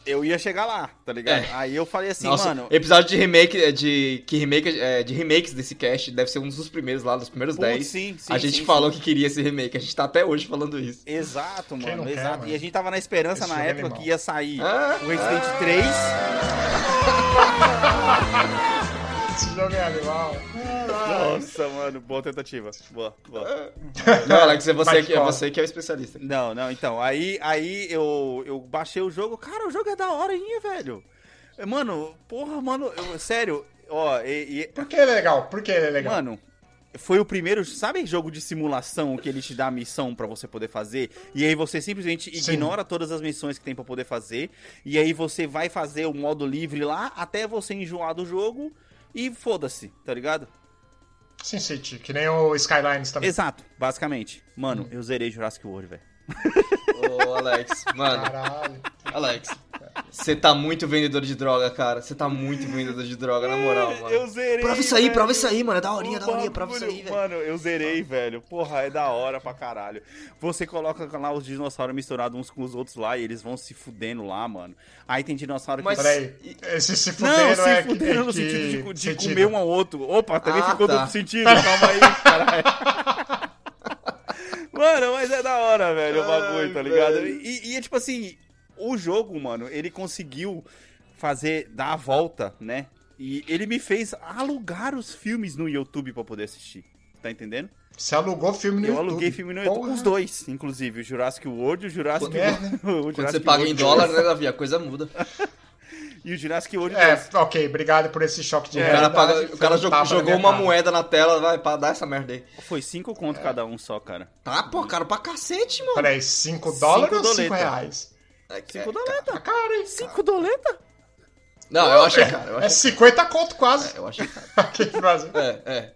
Speaker 1: eu ia chegar lá, tá ligado?
Speaker 3: É.
Speaker 1: Aí eu falei assim,
Speaker 3: Nossa,
Speaker 1: mano,
Speaker 3: episódio de remake, é, de, que remake é, de remakes desse cast deve ser um dos primeiros lá, dos primeiros
Speaker 1: putz,
Speaker 3: 10.
Speaker 1: sim, sim,
Speaker 3: a gente
Speaker 1: sim,
Speaker 3: falou que queria esse remake, a gente tá até hoje falando isso.
Speaker 1: Exato,
Speaker 2: Quem
Speaker 1: mano,
Speaker 2: não quer,
Speaker 1: exato.
Speaker 2: mano?
Speaker 1: E a gente tava na esperança
Speaker 2: Esse
Speaker 1: na
Speaker 2: jogo é
Speaker 1: época
Speaker 2: animal.
Speaker 1: que ia sair
Speaker 3: Ah,
Speaker 1: o Resident 3.
Speaker 2: Esse jogo é animal.
Speaker 1: Nossa, mano, boa tentativa. Boa, boa.
Speaker 3: Não, Alex, é você,
Speaker 2: Bate
Speaker 3: que, é
Speaker 2: palma.
Speaker 3: você que é o especialista.
Speaker 1: Não, não, então, aí, aí eu, eu baixei o jogo. Cara, o jogo é da horinha, velho. Mano, porra, mano, eu- sério, ó, e- e-
Speaker 2: Por que ele é legal? Por que ele é legal?
Speaker 1: Mano, foi o primeiro, sabe jogo de simulação que ele te dá a missão pra você poder fazer? E aí você simplesmente
Speaker 2: Sim.
Speaker 1: ignora todas as missões que tem pra poder fazer. E aí você vai fazer o modo livre lá até você enjoar do jogo e foda-se, tá ligado?
Speaker 2: Sim, City, que nem o Skylines também.
Speaker 1: Exato, basicamente. Mano, eu zerei Jurassic World, velho.
Speaker 3: Ô, Alex, mano,
Speaker 2: Caralho.
Speaker 3: Alex, você tá muito vendedor de droga, cara. Você tá muito vendedor de droga, na moral, mano.
Speaker 1: zerei.
Speaker 3: Prova isso aí, prova isso aí, mano. É daorinha, daorinha, prova isso aí, velho.
Speaker 1: Mano, eu zerei, velho. Porra, é da hora pra caralho. Você coloca lá os dinossauros misturados uns com os outros lá e eles vão se fudendo lá, mano. Aí tem dinossauro
Speaker 3: Mas-
Speaker 1: que...
Speaker 2: Peraí. Esse se fuderam
Speaker 1: não, se
Speaker 2: é
Speaker 1: fuderam no
Speaker 2: que, que
Speaker 1: sentido de, de
Speaker 2: sentido?
Speaker 1: comer um ao outro. Opa, também
Speaker 3: Ah,
Speaker 1: ficou
Speaker 3: tá.
Speaker 1: duplo sentido. Calma aí, caralho. mano, mas é da hora, velho, o bagulho, tá
Speaker 3: Ai,
Speaker 1: ligado?
Speaker 3: velho.
Speaker 1: E, e é tipo assim, o jogo, mano, ele conseguiu fazer, dar a volta, né? E ele me fez alugar os filmes no YouTube pra poder assistir. Tá entendendo?
Speaker 2: Você alugou filme no
Speaker 1: eu
Speaker 2: YouTube.
Speaker 1: aluguei filme no YouTube.
Speaker 2: Porra.
Speaker 1: Os dois, inclusive. O Jurassic World e o Jurassic...
Speaker 2: Quando é, né?
Speaker 1: o
Speaker 3: Quando
Speaker 1: Jurassic
Speaker 3: você paga em
Speaker 1: World
Speaker 3: dólar, né, Davi? A coisa muda.
Speaker 1: E o Jurassic World 2.
Speaker 2: É, ok, obrigado por esse choque de
Speaker 1: O
Speaker 3: O cara,
Speaker 2: realidade.
Speaker 3: paga-
Speaker 2: Foi
Speaker 3: o cara
Speaker 2: um
Speaker 3: jogou,
Speaker 1: tá
Speaker 2: tapa na
Speaker 3: jogou
Speaker 2: minha
Speaker 3: uma
Speaker 2: cara.
Speaker 3: moeda na tela, vai, pra dar essa merda aí.
Speaker 1: Foi cinco conto cada um só, cara.
Speaker 3: Tá, pô, cara, pra cacete, mano.
Speaker 2: Peraí, 5 dólares ou
Speaker 1: Cinco
Speaker 2: 5
Speaker 1: doleta.
Speaker 2: reais?
Speaker 3: É, que-
Speaker 1: Cinco
Speaker 3: é-
Speaker 1: doleta.
Speaker 2: Tá caro, hein?
Speaker 1: Cinco doleta?
Speaker 3: Não, eu achei, cara. Eu
Speaker 2: É
Speaker 3: achei,
Speaker 2: 50 conto quase
Speaker 3: eu achei cara.
Speaker 2: aqui no Brasil.
Speaker 3: É, é.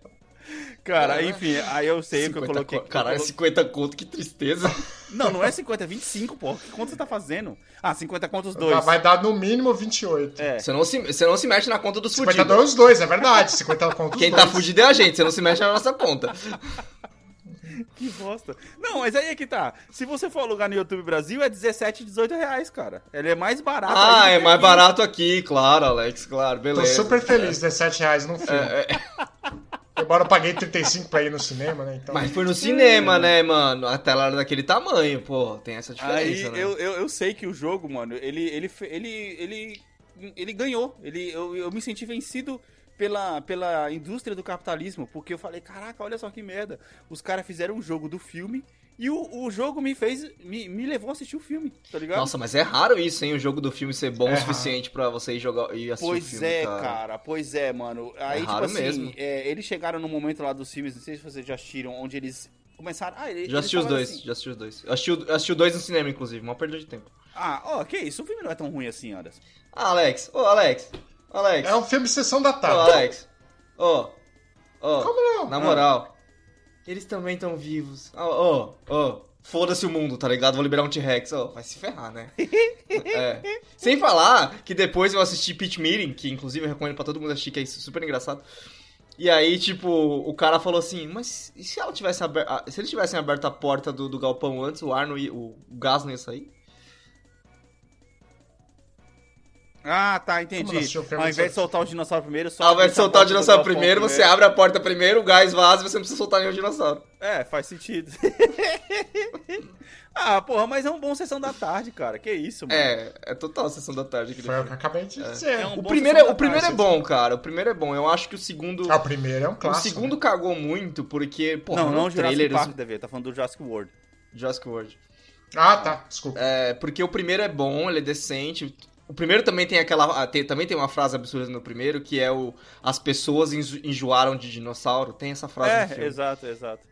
Speaker 1: Cara,
Speaker 3: Porra.
Speaker 1: enfim, aí eu sei o que eu
Speaker 3: 50
Speaker 1: coloquei.
Speaker 3: co- Caralho,
Speaker 1: Eu colo-
Speaker 3: 50 conto, que tristeza.
Speaker 1: Não, não é 50, é 25, porra. Que conta você tá fazendo? Ah, 50 conta os
Speaker 2: Tá,
Speaker 1: dois.
Speaker 2: Vai dar no mínimo 28.
Speaker 1: É.
Speaker 3: Você não se, você não se mexe na conta dos
Speaker 2: 50
Speaker 3: fudidos.
Speaker 2: dólares os dois, é verdade. 50 conto os
Speaker 3: Quem
Speaker 2: dois.
Speaker 3: tá fudido é a gente, você não se mexe na nossa conta.
Speaker 1: que bosta. Não, mas aí é que tá. Se você for alugar no YouTube Brasil, é 17, 18 reais, cara. Ele é mais barato.
Speaker 3: Ah,
Speaker 1: aí do
Speaker 3: é
Speaker 1: que
Speaker 3: mais
Speaker 1: aqui.
Speaker 3: barato aqui, claro, Alex, claro,
Speaker 2: tá Tô
Speaker 3: beleza. É,
Speaker 2: super feliz, R$17,00 reais num filme. Embora eu paguei 35 pra ir no cinema, né? Então,
Speaker 3: Mas foi no cinema, né, mano? A tela era daquele tamanho, pô. Tem essa
Speaker 1: Aí
Speaker 3: diferença, né?
Speaker 1: eu, eu, eu sei que o jogo, mano, ele ele fe- ele ele, ele ganhou. Ele eu, eu me senti vencido pela, pela indústria do capitalismo, porque eu falei, caraca, olha só que merda. Os caras fizeram um jogo do filme e o, o jogo me fez me, me levou a assistir o filme, tá ligado?
Speaker 3: Nossa, mas é raro isso, hein? O jogo do filme ser bom
Speaker 2: É
Speaker 3: o suficiente pra você ir jogar e assistir
Speaker 1: Pois
Speaker 3: o filme,
Speaker 1: é, cara. pois é, mano. Aí, tipo
Speaker 3: raro
Speaker 1: assim,
Speaker 3: mesmo.
Speaker 1: é, eles chegaram no momento lá dos filmes, não sei se vocês já assistiram, onde eles começaram. Ah, ele-
Speaker 3: Já
Speaker 1: eles
Speaker 3: assisti os
Speaker 1: falaram
Speaker 3: dois,
Speaker 1: assim,
Speaker 3: já assisti os dois. Eu assisti, o- eu assisti os dois no cinema, inclusive, uma perda de tempo.
Speaker 1: ah, ó, que isso, o filme não é tão ruim assim, Anderson.
Speaker 3: Ah, Alex, ô Alex, ô, Alex,
Speaker 2: é um filme sessão da
Speaker 3: ô
Speaker 2: tarde.
Speaker 3: Alex, ô, ô,
Speaker 2: Como não?
Speaker 3: na moral, eles também estão vivos. Ó, ó, ó, foda-se o mundo, tá ligado? Vou liberar um T-Rex, ó, vai se ferrar, né? É. Sem falar que depois eu assisti Pitch Meeting, que inclusive eu recomendo pra todo mundo assistir, que é super engraçado. E aí, tipo, o cara falou assim, mas e se ela tivesse aberto. ah, Se eles tivessem aberto a porta do, do galpão antes, o ar não ia. O gás não ia sair?
Speaker 1: Ah, tá,
Speaker 2: Como
Speaker 1: entendi.
Speaker 2: não assistiu o filme
Speaker 1: Ao
Speaker 2: sobre-
Speaker 1: invés de soltar o dinossauro primeiro, solta.
Speaker 3: Ao invés de soltar o dinossauro primeiro, você
Speaker 1: abre.
Speaker 3: abre a porta primeiro, o gás vaza e você não precisa soltar nenhum dinossauro.
Speaker 1: É, faz sentido. ah, porra, mas é um bom sessão da tarde, cara. Que isso, mano.
Speaker 3: É, é total a sessão da tarde aqui do
Speaker 2: Foi o
Speaker 3: filme.
Speaker 2: que eu acabei de dizer.
Speaker 1: É um
Speaker 3: O
Speaker 1: bom
Speaker 3: primeiro, é,
Speaker 1: Sessão da
Speaker 3: o primeiro é
Speaker 1: Tarde, assim.
Speaker 3: bom, cara. O primeiro é bom. Eu acho que o segundo.
Speaker 2: Ah, o primeiro é um
Speaker 3: o
Speaker 2: clássico.
Speaker 3: segundo cagou muito, porque, porra,
Speaker 1: não, não
Speaker 3: no
Speaker 1: o Jurassic
Speaker 3: trailer,
Speaker 1: Park, Davi. Tá falando do Jurassic World.
Speaker 3: Jurassic World.
Speaker 2: né? Ah, tá. Desculpa.
Speaker 3: É, porque o primeiro é bom, ele é decente. O primeiro também tem aquela. ah, tem- também tem uma frase absurda no primeiro, que é o. As pessoas enjo- enjoaram de dinossauro. Tem essa frase no
Speaker 1: É,
Speaker 3: filme.
Speaker 1: exato, exato.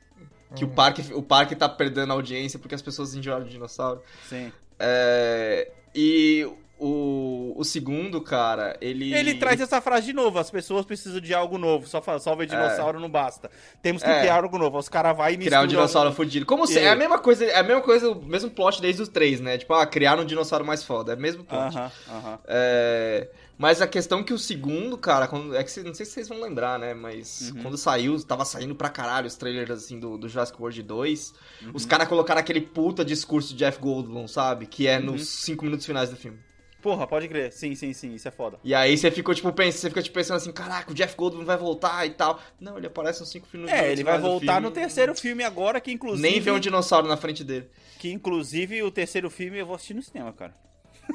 Speaker 3: Que
Speaker 2: Hum.
Speaker 3: o parque, o parque tá perdendo a audiência porque as pessoas enjoaram de dinossauro.
Speaker 1: Sim.
Speaker 3: É, e o, o segundo, cara, ele.
Speaker 1: Ele traz essa frase de novo. As pessoas precisam de algo novo. Só fa- só ver dinossauro não basta. Temos que
Speaker 3: É.
Speaker 1: criar algo novo. Os caras vão e
Speaker 3: Criar um
Speaker 1: misturam-
Speaker 3: dinossauro fudido. Como se,
Speaker 1: E-
Speaker 3: é a mesma coisa, é a mesma coisa, o mesmo plot desde os três, né? Tipo, ah, criar um dinossauro mais foda, é o mesmo plot.
Speaker 1: Aham, aham.
Speaker 3: É, mas a questão que o segundo, cara, quando, é que cê- não sei se vocês vão lembrar, né? Mas
Speaker 1: Uhum.
Speaker 3: quando saiu, tava saindo pra caralho os trailers assim do, do Jurassic World 2. Os
Speaker 1: Uhum.
Speaker 3: caras colocaram aquele puta discurso de Jeff Goldblum, sabe? Que é
Speaker 1: Uhum.
Speaker 3: nos cinco minutos finais do filme.
Speaker 1: Porra, pode crer. Sim, sim, sim. Isso é foda.
Speaker 3: E aí você ficou, tipo, pensa, você fica tipo, pensando assim, caraca, o Jeff Goldblum vai voltar e tal. Não, ele aparece nos cinco minutos.
Speaker 1: É, ele vai
Speaker 3: finais do
Speaker 1: voltar
Speaker 3: filme.
Speaker 1: no terceiro filme agora, que inclusive.
Speaker 3: Nem vê um dinossauro na frente dele.
Speaker 1: Que inclusive o terceiro filme eu vou assistir no cinema, cara.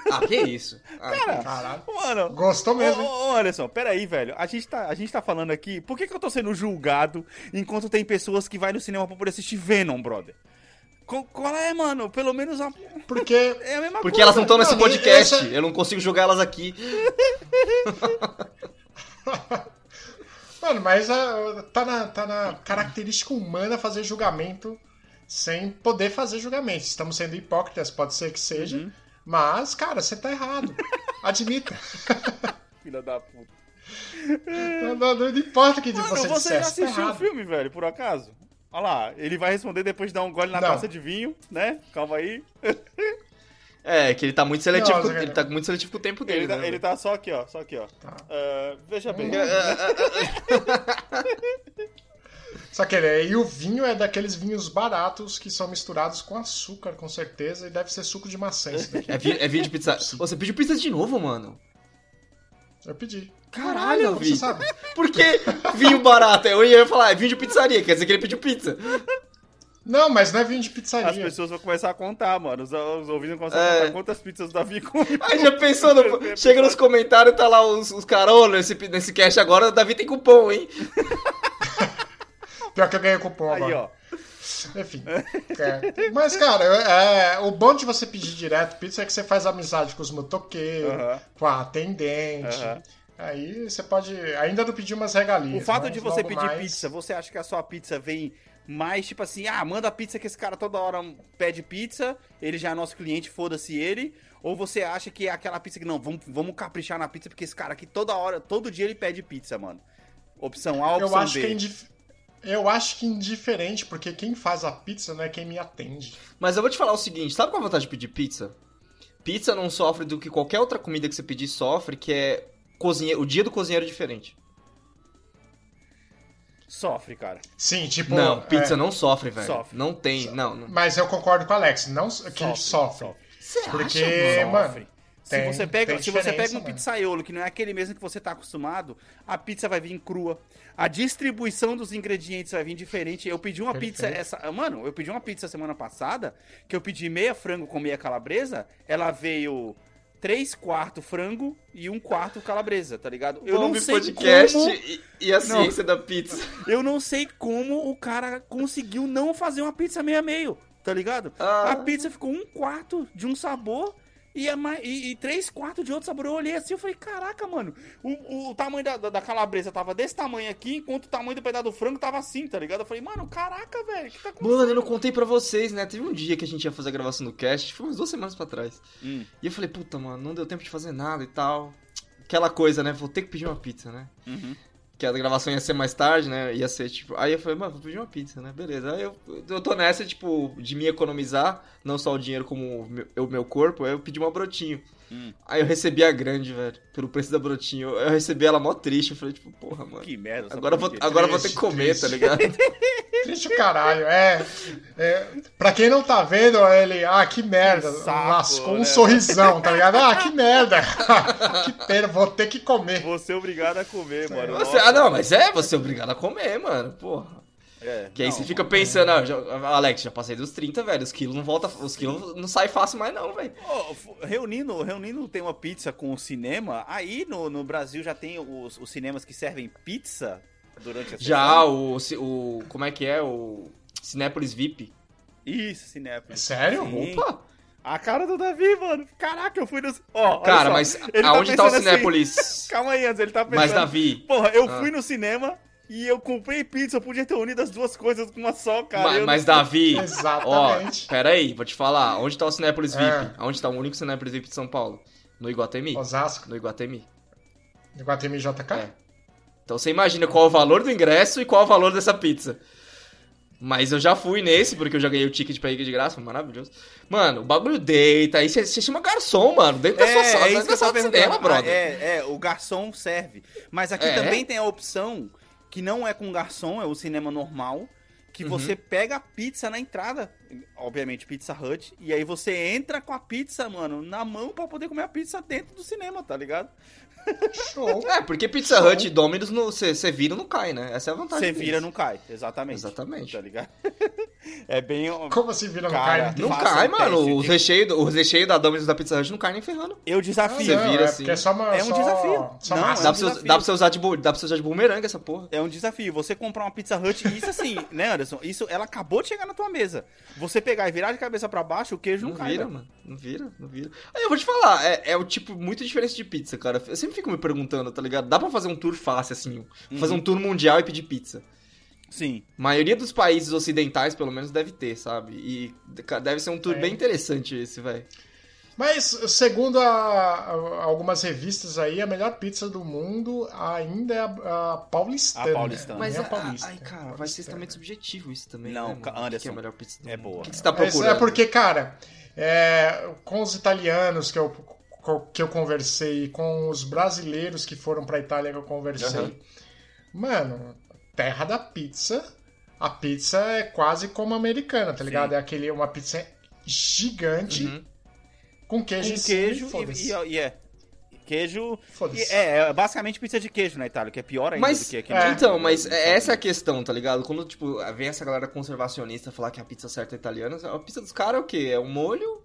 Speaker 3: Ah, que isso? Ah,
Speaker 1: Cara,
Speaker 2: Caralho.
Speaker 1: Mano,
Speaker 2: Gostou mesmo,
Speaker 1: Ô,
Speaker 2: hein?
Speaker 1: ô, ô, Anderson, peraí, velho. A gente, tá, a gente tá falando aqui. Por que, que eu tô sendo julgado enquanto tem pessoas que vai no cinema pra poder assistir Venom, brother? Co- qual é, mano? Pelo menos a-
Speaker 2: Porque
Speaker 1: é a mesma
Speaker 3: Porque
Speaker 1: coisa.
Speaker 3: elas não estão nesse
Speaker 2: Não, ele-
Speaker 3: podcast.
Speaker 2: essa-
Speaker 3: Eu não consigo jogar elas aqui.
Speaker 2: Mano, mas ah, tá, na, tá na característica humana fazer julgamento sem poder fazer julgamento. Estamos sendo hipócritas, pode ser que seja,
Speaker 1: Uhum.
Speaker 2: mas, cara, você tá errado. Admita.
Speaker 1: Filha da puta.
Speaker 2: não, não- não importa o que
Speaker 1: Mano, você,
Speaker 2: você
Speaker 1: já
Speaker 2: dissesse, tá
Speaker 1: assistiu o
Speaker 2: errado.
Speaker 1: filme, velho, por acaso? Olha lá, ele vai responder depois de dar um gole na
Speaker 2: Não.
Speaker 1: taça de vinho, né? Calma aí.
Speaker 3: É, que ele tá muito seletivo,
Speaker 2: Não,
Speaker 3: com,
Speaker 2: cara.
Speaker 3: ele tá muito seletivo com o tempo dele.
Speaker 1: Ele, tá,
Speaker 3: né, É,
Speaker 1: ele tá só aqui, ó. Só aqui, ó.
Speaker 2: Tá.
Speaker 1: Ah, veja bem.
Speaker 2: Só que ele, e o vinho é daqueles vinhos baratos que são misturados com açúcar, com certeza, e deve ser suco de maçã isso daqui.
Speaker 3: É, vi, é vídeo de pizza. Ô, Você pediu pizza de novo, mano?
Speaker 2: Eu pedi.
Speaker 3: Caralho,
Speaker 2: Como você
Speaker 3: Vi.
Speaker 2: sabe?
Speaker 3: Por que vinho barato? Eu ia falar, é vinho de pizzaria, quer dizer que ele pediu pizza.
Speaker 2: Não, mas não é vinho de
Speaker 1: As
Speaker 2: pizzaria.
Speaker 1: pessoas vão começar a contar, mano. Os, os ouvintes vão começar
Speaker 3: É.
Speaker 1: a contar quantas pizzas o Davi come.
Speaker 3: Aí já pensou, no- chega nos comentários, tá lá os, os caras, "Ô, nesse, nesse cast agora, o Davi tem cupom, hein?
Speaker 2: Pior que eu ganhei o cupom
Speaker 1: Aí,
Speaker 2: agora.
Speaker 1: ó.
Speaker 2: Enfim. é. Mas, cara, é, o bom de você pedir direto pizza é que você faz amizade com os motoqueiros,
Speaker 1: Aham.
Speaker 2: com a atendente.
Speaker 1: Aham.
Speaker 2: Aí você pode. Ainda não pedir umas regalias.
Speaker 1: O fato
Speaker 2: mas
Speaker 1: de você
Speaker 2: logo
Speaker 1: pedir
Speaker 2: mais-
Speaker 1: pizza, você acha que a sua pizza vem mais tipo assim, ah, manda pizza que esse cara toda hora pede pizza, ele já é nosso cliente, foda-se ele. Ou você acha que é aquela pizza que não, vamos, vamos caprichar na pizza porque esse cara aqui toda hora, todo dia ele pede pizza, mano. Opção A, opção
Speaker 2: Eu acho,
Speaker 1: B.
Speaker 2: que é indif- eu acho que é indiferente, porque quem faz a pizza não é quem me atende.
Speaker 3: Mas eu vou te falar o seguinte, sabe qual é a vantagem de pedir pizza? Pizza não sofre do que qualquer outra comida que você pedir sofre, que é cozinhe... o dia do cozinheiro é diferente.
Speaker 1: Sofre, cara.
Speaker 2: Sim, tipo.
Speaker 3: Não, pizza
Speaker 2: é,
Speaker 3: não sofre, velho.
Speaker 1: Sofre.
Speaker 3: Não tem, não. não.
Speaker 2: Mas eu concordo com o Alex, não É que sofre.
Speaker 3: Você
Speaker 2: Porque,
Speaker 3: acha, mano?
Speaker 2: É, mano,
Speaker 1: Sofre.
Speaker 2: tem-
Speaker 1: se você pega,
Speaker 2: tem
Speaker 1: se você
Speaker 2: diferença,
Speaker 1: pega um
Speaker 2: mano.
Speaker 1: pizzaiolo que não é aquele mesmo que você tá acostumado, a pizza vai vir crua. A distribuição dos ingredientes vai vir diferente. Eu pedi uma
Speaker 2: É
Speaker 1: pizza
Speaker 2: Perfeito.
Speaker 1: essa, ah, mano, eu pedi uma pizza semana passada que eu pedi meia frango com meia calabresa, ela veio três quartos frango e um quarto calabresa, tá ligado? Eu não
Speaker 3: Ouve
Speaker 1: sei
Speaker 3: podcast
Speaker 1: como,
Speaker 3: e, e a ciência da pizza.
Speaker 1: eu não sei como o cara conseguiu não fazer uma pizza meia meio, tá ligado?
Speaker 3: Ah.
Speaker 1: A pizza ficou um quarto de um sabor e, a ma- e- e três quartos de outro sabor. Eu olhei assim e falei, caraca, mano, o, o tamanho da, da- da calabresa tava desse tamanho aqui, enquanto o tamanho do pedaço do frango tava assim, tá ligado? Eu falei, mano, caraca, velho, o que tá acontecendo?
Speaker 3: Mano, eu não contei pra vocês, né? Teve um dia que a gente ia fazer a gravação do cast, foi umas duas semanas pra trás.
Speaker 1: Hum.
Speaker 3: E eu falei, puta, mano, não deu tempo de fazer nada e tal. Aquela coisa, né? Vou ter que pedir uma pizza, né?
Speaker 1: Uhum.
Speaker 3: Que a gravação ia ser mais tarde, né? Ia ser tipo. Aí eu falei, mano, vou pedir uma pizza, né? Beleza. Aí eu, eu tô nessa, tipo, de me economizar, não só o dinheiro como o meu, o meu corpo. Aí eu pedi uma brotinho.
Speaker 1: Hum.
Speaker 3: Aí eu recebi a grande, velho, pelo preço da brotinho. Eu, eu recebi ela mó triste. Eu falei, tipo, porra, mano.
Speaker 1: Que é merda. sabe
Speaker 3: Agora eu
Speaker 1: por quê?
Speaker 3: vou, agora eu vou ter que comer, tá ligado?
Speaker 2: Triste o caralho, é, é. Pra quem não tá vendo, ele. Ah, que merda.
Speaker 1: Que saco,
Speaker 2: lascou
Speaker 1: né?
Speaker 2: um sorrisão, tá ligado? Ah, que merda. que pena, vou ter que comer.
Speaker 1: Vou ser é obrigado a comer, mano.
Speaker 3: Você- ah, não, mas é, você é obrigado a comer, mano. Porra.
Speaker 1: É,
Speaker 3: Que aí
Speaker 1: não,
Speaker 3: você fica pensando, ah, já- Alex, já passei dos 30, velho. Os quilos não volta, os quilos não sai fácil mais, não, velho.
Speaker 1: Ô, f- reunindo, reunindo tem uma pizza com o cinema, aí no, no Brasil já tem os, os cinemas que servem pizza durante a
Speaker 3: Já
Speaker 1: sessão?
Speaker 3: o, ci- o. Como é que é? O. Cinépolis VIP.
Speaker 1: Isso, Cinépolis.
Speaker 2: Sério?
Speaker 1: Sim.
Speaker 3: Opa!
Speaker 1: A cara do Davi, mano. Caraca, eu fui no... Ó, olha
Speaker 3: Cara,
Speaker 1: só.
Speaker 3: mas
Speaker 1: Ele tá
Speaker 3: aonde tá, o
Speaker 1: pensando assim,
Speaker 3: Cinépolis?
Speaker 1: Calma aí, Andes, ele tá pensando...
Speaker 3: mas, Davi.
Speaker 1: Porra, eu
Speaker 3: Ah.
Speaker 1: fui no cinema e eu comprei pizza, eu podia ter unido as duas coisas com uma só, cara.
Speaker 3: ma-
Speaker 1: eu não-
Speaker 3: mas, Davi. Ó,
Speaker 2: Exatamente.
Speaker 3: pera aí, vou te falar. Onde tá o Cinépolis VIP?
Speaker 2: É.
Speaker 3: Onde tá o único Cinépolis VIP de São Paulo? No Iguatemi?
Speaker 2: Osasco,
Speaker 3: No Iguatemi.
Speaker 2: do Guatemi JK.
Speaker 3: É. Então você imagina qual é o valor do ingresso e qual é o valor dessa pizza. Mas eu já fui nesse, porque eu já ganhei o ticket pra ir de graça, foi maravilhoso. Mano, o bagulho deita, aí você você chama garçom, mano, dentro da sua sala,
Speaker 1: É, isso
Speaker 3: dentro
Speaker 1: que
Speaker 3: da
Speaker 1: eu
Speaker 3: sala
Speaker 1: tava
Speaker 3: do
Speaker 1: perguntando.
Speaker 3: cinema,
Speaker 1: Ah,
Speaker 3: brother.
Speaker 1: É, é, o garçom serve. Mas aqui
Speaker 3: É?
Speaker 1: também tem a opção que não é com garçom, é o cinema normal, que
Speaker 3: Uhum.
Speaker 1: você pega a pizza na entrada, obviamente Pizza Hut, e aí você entra com a pizza, mano, na mão pra poder comer a pizza dentro do cinema, tá ligado?
Speaker 2: Show.
Speaker 3: É, porque Pizza Hut e Domino's, não- você você vira não cai, né? Essa é a vantagem.
Speaker 1: Você vira,
Speaker 3: deles.
Speaker 1: não cai. Exatamente.
Speaker 3: Exatamente.
Speaker 1: Tá ligado? É bem...
Speaker 2: Como assim vira no
Speaker 1: Cara,
Speaker 2: carne?
Speaker 3: Não
Speaker 1: Faça
Speaker 3: cai,
Speaker 1: um teste,
Speaker 3: mano. Os
Speaker 1: tem-
Speaker 3: recheios o recheio da Domino's e da Pizza Hut não cai nem ferrando.
Speaker 1: Eu desafio.
Speaker 3: Você vira
Speaker 2: é
Speaker 3: assim.
Speaker 2: Porque é, só uma,
Speaker 1: É um
Speaker 2: só-
Speaker 1: desafio.
Speaker 2: Só
Speaker 1: Não,
Speaker 2: massa.
Speaker 3: Dá
Speaker 1: um
Speaker 3: pra, você,
Speaker 1: desafio.
Speaker 3: dá pra você usar de, bu- dá pra você usar de bumerangue essa porra.
Speaker 1: É um desafio. Você comprar uma Pizza Hut, e isso assim, né, Anderson? Isso, ela acabou de chegar na tua mesa. Você pegar e virar de cabeça pra baixo, o queijo
Speaker 3: Não,
Speaker 1: não, cai.
Speaker 3: vira,
Speaker 1: velho.
Speaker 3: mano. Não vira, não vira. Aí eu vou te falar, é, é o tipo muito diferente de pizza, cara. Eu sempre fico me perguntando, tá ligado? Dá pra fazer um tour fácil, assim.
Speaker 1: Uhum.
Speaker 3: Fazer um tour mundial e pedir pizza.
Speaker 1: Sim.
Speaker 3: maioria dos países ocidentais, pelo menos, deve ter, sabe? E ca- deve ser um tour
Speaker 2: É.
Speaker 3: bem interessante esse, velho.
Speaker 2: Mas, segundo a- a- algumas revistas aí, a melhor pizza do mundo ainda é a, a paulistana.
Speaker 1: A paulistana.
Speaker 3: Mas,
Speaker 2: Mas é a
Speaker 3: a-
Speaker 2: paulista.
Speaker 3: ai, cara, vai ser
Speaker 2: Paulistana.
Speaker 3: extremamente subjetivo isso também,
Speaker 1: é, né? Não,
Speaker 3: né, mano?
Speaker 1: ca-
Speaker 3: O que que
Speaker 1: Anderson,
Speaker 3: é a melhor pizza do
Speaker 1: é
Speaker 3: mundo?
Speaker 1: boa.
Speaker 3: O que, que você tá
Speaker 2: Mas
Speaker 3: procurando?
Speaker 2: É porque, cara, é, com os italianos que eu, co- que eu conversei, e com os brasileiros que foram pra Itália que eu conversei,
Speaker 3: Aham.
Speaker 2: mano, terra da pizza. A pizza é quase como a americana, tá
Speaker 1: Sim.
Speaker 2: ligado? É aquele, uma pizza gigante
Speaker 3: Uhum.
Speaker 2: com
Speaker 3: É,
Speaker 2: queijo em
Speaker 1: com
Speaker 2: cima e
Speaker 1: Um queijo
Speaker 2: foda-se.
Speaker 1: e, e- e é. Queijo. e
Speaker 2: Foda-se.
Speaker 1: é, é basicamente pizza de queijo na Itália, que é pior ainda
Speaker 3: Mas,
Speaker 1: do que aqui.
Speaker 2: é.
Speaker 1: no-
Speaker 3: então, mas
Speaker 1: no-
Speaker 3: é- essa é a questão, tá ligado? Quando, tipo, vem essa galera conservacionista falar que a pizza certa é italiana, a pizza dos caras é o quê? É um molho,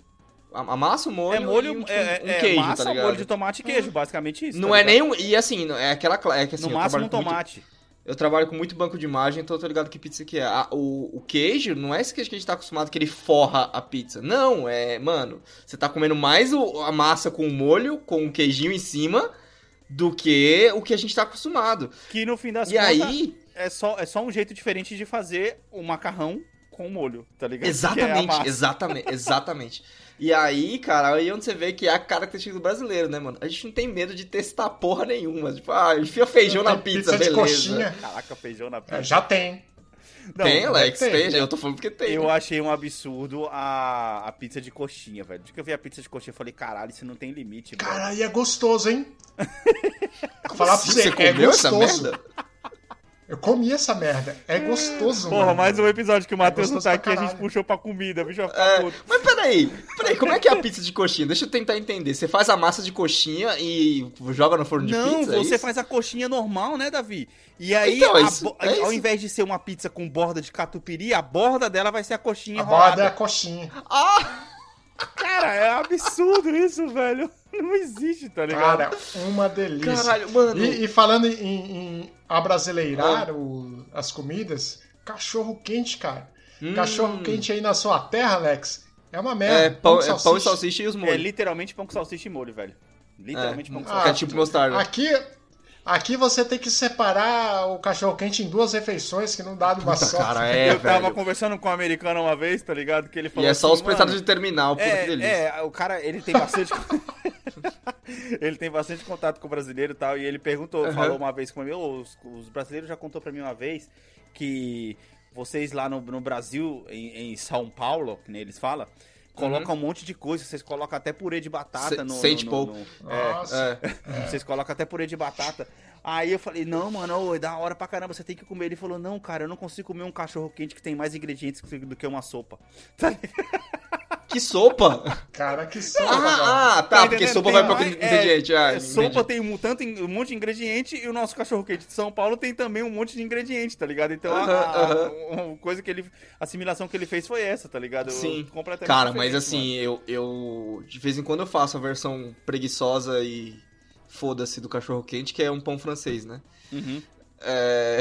Speaker 3: a, a massa, um molho
Speaker 1: É molho,
Speaker 3: e um, tipo,
Speaker 1: é,
Speaker 3: um
Speaker 1: é
Speaker 3: queijo,
Speaker 1: massa,
Speaker 3: tá ligado?
Speaker 1: molho de tomate e queijo, basicamente isso.
Speaker 3: não
Speaker 1: tá
Speaker 3: é
Speaker 1: ligado?
Speaker 3: nem um... E assim, não- é aquela... cla- É que, assim,
Speaker 1: No
Speaker 3: eu
Speaker 1: máximo um
Speaker 3: trabalho com muito-
Speaker 1: tomate.
Speaker 3: eu trabalho com muito banco de imagem, então eu tô ligado que pizza que é. A- o, o queijo não é esse queijo que a gente tá acostumado que ele forra a pizza. Não, é... Mano, você tá comendo mais o- a massa com o molho, com o queijinho em cima... Do que o que a gente tá acostumado.
Speaker 1: Que no fim das
Speaker 3: e
Speaker 1: contas
Speaker 3: aí,
Speaker 1: é, só, é só um jeito diferente de fazer o macarrão com molho, tá ligado? Que é a
Speaker 3: Exatamente,
Speaker 1: massa.
Speaker 3: exatamente, exatamente. E aí, cara, aí é onde você vê que é a característica do brasileiro, né, mano? A gente não tem medo de testar porra nenhuma. Tipo, ah, enfia feijão na
Speaker 2: Tem
Speaker 3: pizza,
Speaker 2: de
Speaker 3: beleza.
Speaker 2: coxinha.
Speaker 1: Caraca, feijão na pizza.
Speaker 2: É, já tem.
Speaker 1: Não,
Speaker 3: tem, Alex,
Speaker 2: tem.
Speaker 3: tem. Eu tô falando porque tem.
Speaker 1: Eu
Speaker 3: né?
Speaker 1: achei um absurdo a, a pizza de coxinha, velho. De que eu vi a pizza de coxinha, eu falei, caralho, isso não tem limite, velho.
Speaker 2: Cara, e é gostoso, hein? Falar pra você, é
Speaker 3: comeu essa
Speaker 2: gostoso.
Speaker 3: merda?
Speaker 2: Eu comi essa merda. É gostoso,
Speaker 1: Porra,
Speaker 2: mano. É
Speaker 1: mais um episódio que o Matheus não
Speaker 2: gostoso
Speaker 1: tá
Speaker 2: pra
Speaker 1: aqui, a gente
Speaker 2: caralho.
Speaker 1: puxou pra comida, bicho.
Speaker 3: É,
Speaker 1: puto.
Speaker 3: mas peraí, peraí, como é que é a pizza de coxinha? Deixa eu tentar entender. Você faz a massa de coxinha e joga no forno de
Speaker 1: Não,
Speaker 3: pizza? é
Speaker 1: você
Speaker 3: isso?
Speaker 1: faz a coxinha normal, né, Davi? E aí,
Speaker 3: Então, é
Speaker 1: a
Speaker 3: isso,
Speaker 1: bo-
Speaker 3: é
Speaker 1: ao
Speaker 3: isso.
Speaker 1: invés de ser uma pizza com borda de catupiry, a borda dela vai ser a coxinha
Speaker 2: A borda é a
Speaker 1: enrolada.
Speaker 2: coxinha.
Speaker 3: Ah,
Speaker 1: Cara, é absurdo isso, velho. Não existe, tá ligado?
Speaker 2: Cara, uma delícia.
Speaker 3: caralho, mano. Ah.
Speaker 2: E, e falando em, em abrasileirar o- as comidas, cachorro quente, cara.
Speaker 3: Hum.
Speaker 2: Cachorro quente aí na sua terra, Alex, é uma merda.
Speaker 3: É, pão,
Speaker 2: de
Speaker 3: é pão e salsicha e os
Speaker 1: é
Speaker 3: molhos. É.
Speaker 1: literalmente pão com salsicha e molho, velho. Literalmente pão com
Speaker 2: Ah,
Speaker 1: salsicha.
Speaker 3: Ketchup e tipo mostarda.
Speaker 2: Aqui, aqui você tem que separar o cachorro quente em duas refeições, que não dá numa
Speaker 3: Puta,
Speaker 2: só.
Speaker 3: cara, é,
Speaker 1: eu tava
Speaker 3: velho.
Speaker 1: conversando com um americano uma vez, tá ligado? Que ele
Speaker 3: E
Speaker 1: falou
Speaker 3: é só os
Speaker 1: assim, "Mano,
Speaker 3: pedaços de terminal, puta que delícia.
Speaker 1: É, é, o cara, ele tem bastante. ele tem bastante contato com o brasileiro e tal. E ele perguntou,
Speaker 3: Aham.
Speaker 1: falou uma vez comigo, "Ô, os, os brasileiros já contou pra mim uma vez que vocês lá no, no Brasil, em, em São Paulo, que nem eles falam, colocam um monte de coisa. Vocês colocam até purê de batata
Speaker 3: Uhum. Se-
Speaker 1: no.
Speaker 3: sente
Speaker 1: no-
Speaker 3: pouco.
Speaker 1: no-
Speaker 2: Nossa.
Speaker 3: É.
Speaker 1: vocês colocam até purê de batata. Aí eu falei, não, mano, ô, é da hora pra caramba, você tem que comer. Ele falou, não, cara, eu não consigo comer um cachorro quente que tem mais ingredientes do que uma sopa. Tá ligado?
Speaker 3: Que sopa!
Speaker 2: Cara, que sopa, mano.
Speaker 3: Ah, ah, tá, porque
Speaker 1: entendendo?
Speaker 3: sopa
Speaker 1: Tem
Speaker 3: vai pra
Speaker 1: mais-
Speaker 3: aquele ingrediente. ah,
Speaker 1: É, sopa tem um, tanto, in- um monte de ingrediente e o nosso cachorro-quente de São Paulo tem também um monte de ingrediente, tá ligado? Então, a-
Speaker 3: Aham,
Speaker 1: a, a- uma coisa que ele. A assimilação que ele fez foi essa, tá ligado?
Speaker 3: Sim.
Speaker 1: Completamente
Speaker 3: Cara, mas
Speaker 1: diferente,
Speaker 3: assim, eu, eu. De vez em quando eu faço a versão preguiçosa e foda-se do cachorro quente, que é um pão francês, né?
Speaker 1: mano. Uhum.
Speaker 3: É.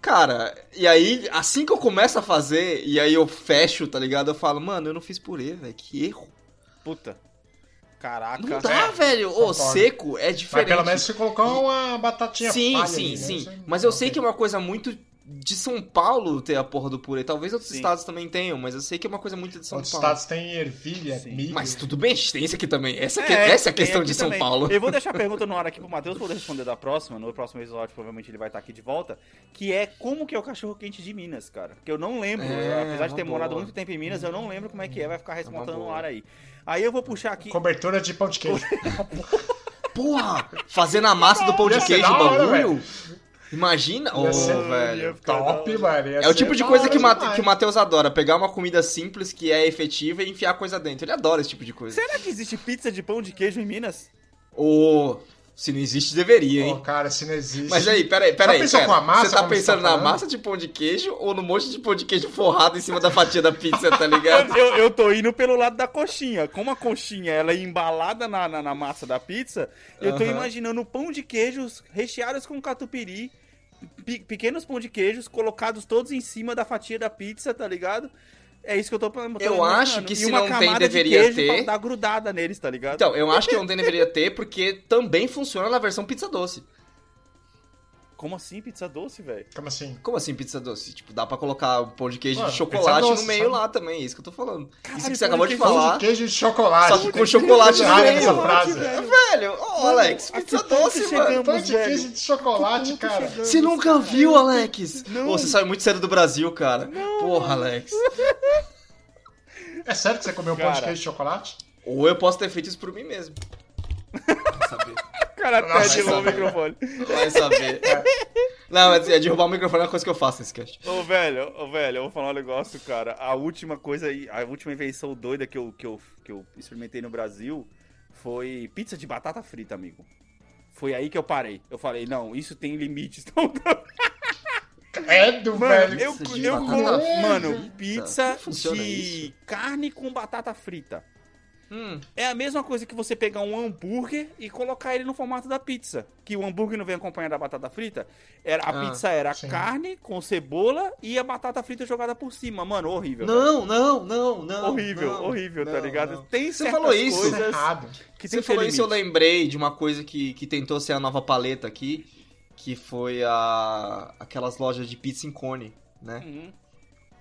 Speaker 3: Cara, e aí, assim que eu começo a fazer, e aí eu fecho, tá ligado? Eu falo, mano, eu não fiz purê, velho, que erro.
Speaker 1: Puta. Caraca.
Speaker 3: Não dá, velho. Ô,
Speaker 2: concordo.
Speaker 3: seco é
Speaker 2: Mas
Speaker 3: diferente.
Speaker 2: pelo menos você colocou uma batatinha
Speaker 3: sim,
Speaker 2: palha
Speaker 3: sim,
Speaker 2: ali, né?
Speaker 3: sim.
Speaker 2: Você-
Speaker 3: Mas eu sei que é uma coisa muito de São Paulo ter a porra do purê. Talvez outros
Speaker 1: Sim.
Speaker 3: estados também tenham, mas eu sei que é uma coisa muito de São
Speaker 2: Outros
Speaker 3: Paulo.
Speaker 2: estados têm ervilha,
Speaker 1: Sim.
Speaker 2: milho.
Speaker 3: Mas tudo bem, a gente tem isso aqui também. Essa, que-
Speaker 1: É,
Speaker 3: essa é a
Speaker 1: tem
Speaker 3: questão
Speaker 1: aqui
Speaker 3: de São
Speaker 1: também.
Speaker 3: Paulo.
Speaker 1: Eu vou deixar a pergunta no ar aqui pro Matheus poder responder da próxima. No próximo episódio, provavelmente ele vai estar aqui de volta. Que é como que é o cachorro-quente de Minas, cara. Que eu não lembro.
Speaker 3: É,
Speaker 1: apesar de ter
Speaker 3: uma
Speaker 1: morado
Speaker 3: boa.
Speaker 1: muito tempo em Minas, eu não lembro como é que é. Vai ficar respondendo no
Speaker 3: boa.
Speaker 1: ar aí. Aí eu vou puxar aqui.
Speaker 2: Cobertura de pão de queijo.
Speaker 3: Porra, fazendo a massa do pão de
Speaker 2: Ia ser
Speaker 3: queijo,
Speaker 2: da hora,
Speaker 3: bagulho. Imagina, ô,
Speaker 2: Ia ser-
Speaker 3: velho.
Speaker 1: ficar
Speaker 2: Top,
Speaker 1: da hora.
Speaker 2: mano. ia
Speaker 3: É o
Speaker 2: ser
Speaker 3: tipo de
Speaker 2: da
Speaker 3: coisa
Speaker 2: hora
Speaker 3: que, o Mate-
Speaker 2: demais.
Speaker 3: que o Matheus adora, pegar uma comida simples que é efetiva e enfiar coisa dentro. Ele adora esse tipo de coisa.
Speaker 1: Será que existe pizza de pão de queijo em Minas?
Speaker 3: Ô, se não existe, deveria,
Speaker 2: Pô,
Speaker 3: hein?
Speaker 2: cara, se não existe.
Speaker 3: Mas aí, peraí, peraí.
Speaker 2: pensou
Speaker 3: pera.
Speaker 2: com a massa,
Speaker 3: Você tá
Speaker 2: como você
Speaker 3: pensando
Speaker 2: tá
Speaker 3: na
Speaker 2: falando?
Speaker 3: massa de pão de queijo ou no monte de pão de queijo forrado em cima da fatia da pizza, tá ligado?
Speaker 1: Eu, eu, eu tô indo pelo lado da coxinha. Como a coxinha ela é embalada na, na, na massa da pizza, eu tô
Speaker 3: Aham.
Speaker 1: imaginando pão de queijos recheados com catupiry, pe- pequenos pão de queijos colocados todos em cima da fatia da pizza, tá ligado? É isso que eu tô, tô
Speaker 3: Eu acho que se não tem, deveria ter.
Speaker 1: dar grudada neles, tá ligado?
Speaker 3: Então, eu acho que ontem deveria ter, porque também funciona na versão pizza doce. Então-
Speaker 1: Como assim pizza doce, velho?
Speaker 2: Como assim?
Speaker 3: Como assim pizza doce? Tipo, dá pra colocar o pão de queijo
Speaker 2: Ué,
Speaker 3: de chocolate
Speaker 2: pizza doce,
Speaker 3: no meio
Speaker 2: sabe?
Speaker 3: lá também, é isso que eu tô falando. isso que
Speaker 1: Caralho,
Speaker 3: você acabou
Speaker 1: pão de
Speaker 3: de
Speaker 1: queijo
Speaker 2: Pão
Speaker 3: falar.
Speaker 2: de queijo e chocolate.
Speaker 3: Só que com chocolate no
Speaker 2: Olha
Speaker 3: meio.
Speaker 2: essa frase.
Speaker 1: velho.
Speaker 3: Velho, ô
Speaker 1: Mano, tá
Speaker 3: Alex,
Speaker 1: a que
Speaker 3: pizza
Speaker 1: ponto
Speaker 3: doce,
Speaker 1: chegamos,
Speaker 3: mano.
Speaker 2: Pão de
Speaker 1: velho?
Speaker 2: queijo de chocolate,
Speaker 1: Que ponto
Speaker 2: cara.
Speaker 1: chegamos?
Speaker 3: Você nunca viu, Alex?
Speaker 1: Não.
Speaker 3: Pô, você saiu muito cedo do Brasil, cara. Porra, Alex.
Speaker 2: É sério que você comeu pão de
Speaker 1: Cara.
Speaker 2: queijo de chocolate?
Speaker 3: Ou eu posso ter feito isso por mim mesmo. Vai saber.
Speaker 1: O cara até
Speaker 2: Nossa,
Speaker 1: derrubou o
Speaker 3: velho.
Speaker 1: microfone.
Speaker 3: Vai saber. Não, mas é derrubar o microfone é uma coisa que eu faço nesse cast.
Speaker 1: Ô, velho, ô, velho, eu vou falar um negócio, cara. A última coisa, aí- a última invenção doida que eu, que eu, que eu experimentei no Brasil foi pizza de batata frita, amigo. Foi aí que eu parei. Eu falei, não, isso tem limites. Não, não.
Speaker 2: É do
Speaker 1: Mano,
Speaker 2: velho.
Speaker 1: eu,
Speaker 3: pizza de
Speaker 1: eu
Speaker 3: batata
Speaker 1: colo-
Speaker 2: frita.
Speaker 1: Mano, pizza
Speaker 3: Como funciona
Speaker 1: de
Speaker 3: isso?
Speaker 1: carne com batata frita.
Speaker 3: Hum.
Speaker 1: É a mesma coisa que você pegar um hambúrguer e colocar ele no formato da pizza. Que o hambúrguer não vem acompanhado da batata frita. Era, a
Speaker 3: Ah,
Speaker 1: pizza era
Speaker 2: sim.
Speaker 1: carne com cebola e a batata frita jogada por cima. Mano, horrível. velho.
Speaker 3: Não, não, não, não.
Speaker 1: horrível,
Speaker 3: não,
Speaker 1: horrível, tá
Speaker 3: não,
Speaker 1: ligado?
Speaker 3: não.
Speaker 1: Tem
Speaker 3: Você
Speaker 1: certas
Speaker 3: falou isso. né?
Speaker 2: Isso é
Speaker 1: coisas
Speaker 2: errado.
Speaker 1: que tem
Speaker 3: Você
Speaker 1: que ter
Speaker 3: falou isso, eu
Speaker 1: limite.
Speaker 3: lembrei de uma coisa que, que tentou ser a nova paleta aqui, que foi a aquelas lojas de pizza em cone, né?
Speaker 1: Uhum.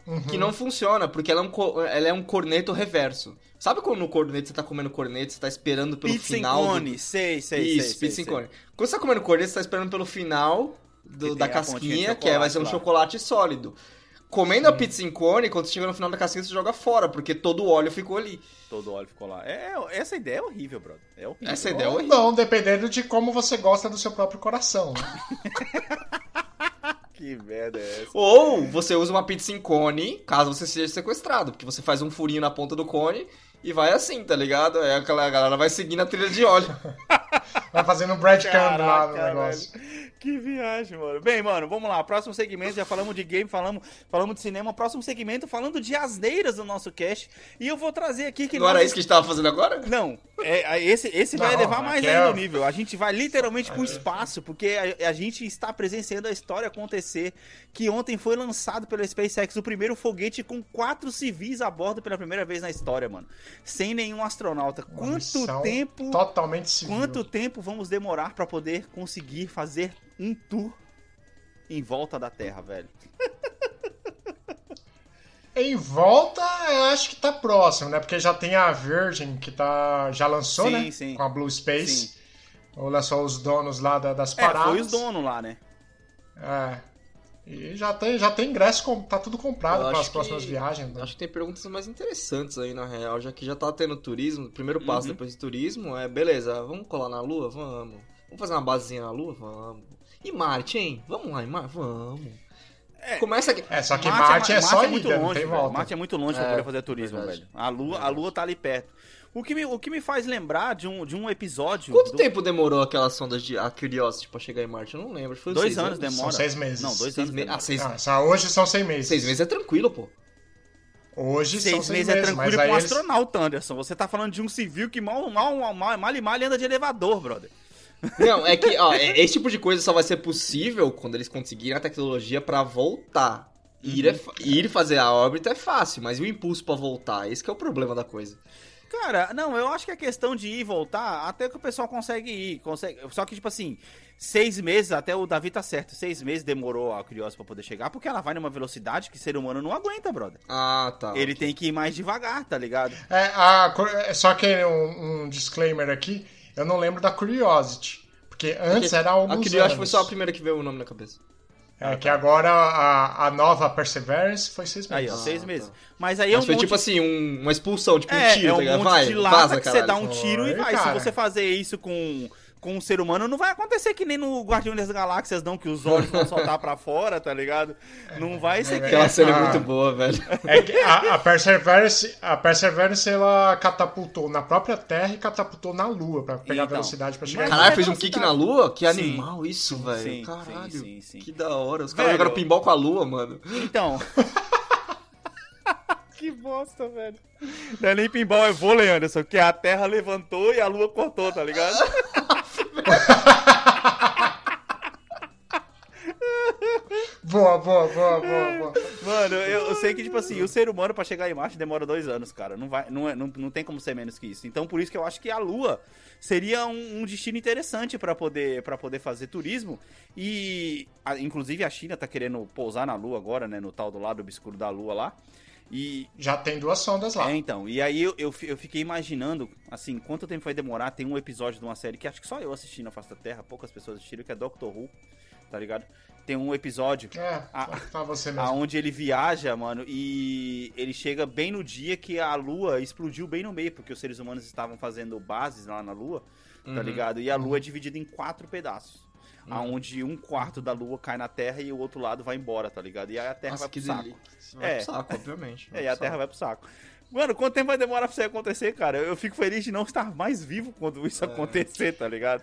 Speaker 2: Uhum.
Speaker 1: Hum.
Speaker 3: Que não funciona, porque ela é, um, co- ela é um corneto reverso. Sabe quando no corneto você tá comendo corneto, você tá esperando pelo
Speaker 1: Pizza em
Speaker 3: final... do-
Speaker 1: cone, sei, sei, sei.
Speaker 3: Isso,
Speaker 1: sei,
Speaker 3: pizza
Speaker 1: sei.
Speaker 3: em cone. Quando você tá comendo corneto, você tá esperando pelo final do-
Speaker 1: Que tem
Speaker 3: da
Speaker 1: a pontinha
Speaker 3: casquinha,
Speaker 1: de
Speaker 3: que é- vai ser um
Speaker 1: chocolate lá.
Speaker 3: chocolate sólido. Comendo a pizza em cone, quando você chega no final da casquinha, você joga fora, porque todo o óleo ficou ali.
Speaker 1: Todo óleo ficou lá. É, essa ideia é horrível, brother. É horrível.
Speaker 3: Essa ideia é
Speaker 2: Ou
Speaker 3: horrível.
Speaker 2: não, dependendo de como você gosta do seu próprio coração. né?
Speaker 1: Que merda é essa?
Speaker 3: Ou você usa uma pizza em cone, caso você seja sequestrado, porque você faz um furinho na ponta do cone e vai assim, tá ligado? Aí aquela galera vai seguindo a trilha de óleo.
Speaker 2: Vai fazendo um breadcrumb lá no
Speaker 1: Caraca,
Speaker 2: negócio.
Speaker 1: velho. Que viagem, mano. Bem, mano, vamos lá. Próximo segmento, já falamos de game, falamos, falamos de cinema. Próximo segmento, falando de asneiras no nosso cast. E eu vou trazer aqui que
Speaker 3: Não era
Speaker 1: nós-
Speaker 3: é isso que a gente tava fazendo agora?
Speaker 1: Não, é, é, esse, esse vai
Speaker 2: Não, é
Speaker 1: elevar mais
Speaker 2: aquela-
Speaker 1: ainda o nível. A gente vai literalmente pro espaço, porque a, a gente está presenciando a história acontecer que ontem foi lançado pela SpaceX o primeiro foguete com quatro civis a bordo pela primeira vez na história, mano. Sem nenhum astronauta.
Speaker 2: Uma missão
Speaker 1: Quanto tempo
Speaker 2: Totalmente civil.
Speaker 1: Quanto tempo vamos demorar pra poder conseguir fazer um tour em volta da Terra, velho?
Speaker 2: Em volta, eu acho que tá próximo, né? Porque já tem a Virgin, que tá, já lançou,
Speaker 1: Sim,
Speaker 2: né?
Speaker 1: sim.
Speaker 2: Com a Blue Space. Olha só os donos lá da- das
Speaker 1: É,
Speaker 2: paradas.
Speaker 1: foi os donos lá, né?
Speaker 2: É. E já tem, já tem ingresso, com- tá tudo comprado
Speaker 3: Eu
Speaker 2: para as
Speaker 3: acho
Speaker 2: próximas
Speaker 3: que-
Speaker 2: viagens. né?
Speaker 3: Acho que tem perguntas mais interessantes aí, na real, já que já tá tendo turismo. O primeiro passo
Speaker 1: Uhum.
Speaker 3: depois do turismo é, beleza, vamos colar na Lua? Vamos. Vamos fazer uma basezinha na Lua? Vamos. E Marte, hein? Vamos lá, em Marte? Vamos. Começa aqui.
Speaker 2: É, só que Marte, é só
Speaker 1: muito
Speaker 2: ilha, não
Speaker 1: longe,
Speaker 2: tem
Speaker 1: velho.
Speaker 2: volta.
Speaker 1: Marte é muito longe pra
Speaker 3: É,
Speaker 1: poder fazer turismo,
Speaker 3: verdade.
Speaker 1: velho. A lua, a lua tá ali perto. O que me, o que me faz lembrar de um, de um episódio.
Speaker 3: Quanto
Speaker 1: do-
Speaker 3: tempo demorou aquela sonda de a Curiosity pra chegar em Marte? Eu não lembro. Foi
Speaker 1: Dois
Speaker 3: seis
Speaker 1: anos
Speaker 2: São
Speaker 1: é demora.
Speaker 2: seis meses.
Speaker 1: Não, dois
Speaker 3: Seis
Speaker 1: anos.
Speaker 3: meses.
Speaker 1: demora.
Speaker 3: Ah, seis,
Speaker 2: Ah, só hoje são seis meses.
Speaker 3: seis meses é tranquilo, pô.
Speaker 2: Hoje são
Speaker 1: Seis meses é
Speaker 2: mas
Speaker 1: tranquilo
Speaker 2: aí
Speaker 1: pra um
Speaker 2: eles...
Speaker 1: astronauta, Anderson. Você tá falando de um civil que mal, mal, mal, mal, mal, e mal ele anda de elevador, brother.
Speaker 3: Não, é que, ó, é- esse tipo de coisa só vai ser possível quando eles conseguirem a tecnologia pra voltar. Ir,
Speaker 1: Uhum.
Speaker 3: é fa- ir fazer a órbita é fácil, mas e o impulso pra voltar? Esse que é o problema da coisa.
Speaker 1: Cara, não, eu acho que a questão de ir e voltar, até que o pessoal consegue ir, consegue. Só que, tipo assim, seis meses, até o Davi tá certo, seis meses demorou a Curiosity pra poder chegar, porque ela vai numa velocidade que ser humano não aguenta, brother.
Speaker 3: Ah, tá.
Speaker 1: Ele tem que ir mais devagar, tá ligado?
Speaker 2: É, a cur- é, Só que um, um disclaimer aqui, eu não lembro da Curiosity. Porque antes
Speaker 3: Porque
Speaker 2: era alguns
Speaker 3: A
Speaker 2: anos.
Speaker 3: Curiosity foi só a primeira que veio o nome na cabeça.
Speaker 2: É que agora a, a nova Perseverance foi seis
Speaker 1: Aí,
Speaker 2: meses.
Speaker 1: ó,
Speaker 3: Ah,
Speaker 1: seis
Speaker 3: tá.
Speaker 1: meses. Mas aí é
Speaker 3: Mas
Speaker 1: um
Speaker 3: foi
Speaker 1: monte
Speaker 3: tipo assim, um- uma expulsão, tipo um
Speaker 1: é,
Speaker 3: tiro,
Speaker 1: é
Speaker 3: tá
Speaker 1: um
Speaker 3: ligado?
Speaker 1: monte
Speaker 3: vai,
Speaker 1: de lata
Speaker 3: vaza,
Speaker 1: que você
Speaker 3: caralho.
Speaker 1: dá um tiro e
Speaker 2: Foi,
Speaker 1: vai.
Speaker 2: cara.
Speaker 1: Se você fazer isso com, com um ser humano, não vai acontecer que nem no Guardião das Galáxias, não, que os olhos vão soltar pra fora, tá ligado? Não vai ser que.
Speaker 3: Aquela cena é
Speaker 2: Ah.
Speaker 3: muito boa, velho.
Speaker 2: É que a, a Perseverance, a Perseverance ela catapultou na própria Terra e catapultou na Lua pra pegar
Speaker 1: Então,
Speaker 2: velocidade pra chegar.
Speaker 1: mas-
Speaker 3: Caralho, fez um
Speaker 1: velocidade.
Speaker 3: kick na lua? Que
Speaker 1: Sim.
Speaker 3: animal isso, velho.
Speaker 1: Sim,
Speaker 3: Caralho.
Speaker 1: sim, sim, sim.
Speaker 3: Que da hora. Os caras
Speaker 1: Velho.
Speaker 3: jogaram pinball com a lua, mano.
Speaker 1: Então. que bosta, velho. Não é nem pinball, é vôlei, Anderson, porque a terra levantou e a lua cortou, tá ligado?
Speaker 2: Boa, boa, boa, boa, boa.
Speaker 1: Mano, eu, eu sei que, tipo assim, o ser humano pra chegar em Marte demora dois anos, cara. Não, vai, não, é- não, não tem como ser menos que isso. Então, por isso que eu acho que a Lua seria um, um destino interessante pra poder, pra poder fazer turismo. E, a- inclusive, a China tá querendo pousar na Lua agora, né? No tal do lado obscuro da Lua lá. E,
Speaker 2: Já tem duas sondas lá.
Speaker 1: é, então. E aí eu, eu, fi- eu fiquei imaginando, assim, quanto tempo vai demorar. Tem um episódio de uma série que acho que só eu assisti na Face da Terra, poucas pessoas assistiram, que é Doctor Who, tá ligado? Tem um episódio
Speaker 2: É,
Speaker 1: Ah.
Speaker 2: tá você mesmo.
Speaker 1: aonde ele viaja, mano, e ele chega bem no dia que a lua explodiu bem no meio, porque os seres humanos estavam fazendo bases lá na lua, tá ligado? E a lua é dividida em quatro pedaços.
Speaker 3: Uhum.
Speaker 1: Aonde um quarto da lua cai na terra e o outro lado vai embora, tá ligado? E aí a terra
Speaker 3: Nossa,
Speaker 1: vai
Speaker 3: que
Speaker 1: pro saco.
Speaker 3: delícia. Vai
Speaker 1: É.
Speaker 3: pro saco, obviamente.
Speaker 1: É, e a Terra vai pro saco. Mano, quanto tempo vai demorar pra isso aí acontecer, cara? Eu fico feliz de não estar mais vivo quando isso
Speaker 3: É.
Speaker 1: acontecer, tá ligado?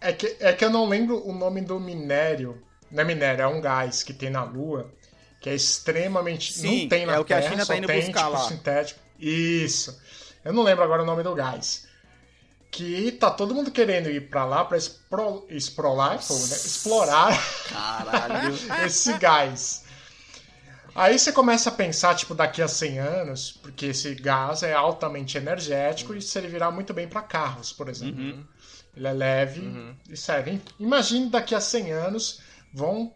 Speaker 2: É que, é que eu não lembro o nome do minério. Não é minério, é um gás que tem na Lua, que é extremamente.
Speaker 1: Sim,
Speaker 2: não tem na
Speaker 1: é o que a
Speaker 2: Terra,
Speaker 1: China tá
Speaker 2: só
Speaker 1: indo
Speaker 2: tem,
Speaker 1: buscar
Speaker 2: tipo,
Speaker 1: lá.
Speaker 2: sintético. Isso. Eu não lembro agora o nome do gás. Que tá todo mundo querendo ir pra lá pra espro, esprolar, é fogo, né? explorar
Speaker 3: Caralho.
Speaker 2: esse gás. Aí você começa a pensar, tipo, daqui a 100 anos, porque esse gás é altamente energético e servirá muito bem pra carros, por exemplo.
Speaker 1: Uhum.
Speaker 2: Ele é leve
Speaker 3: Uhum.
Speaker 2: e serve. Imagine daqui a 100 anos vão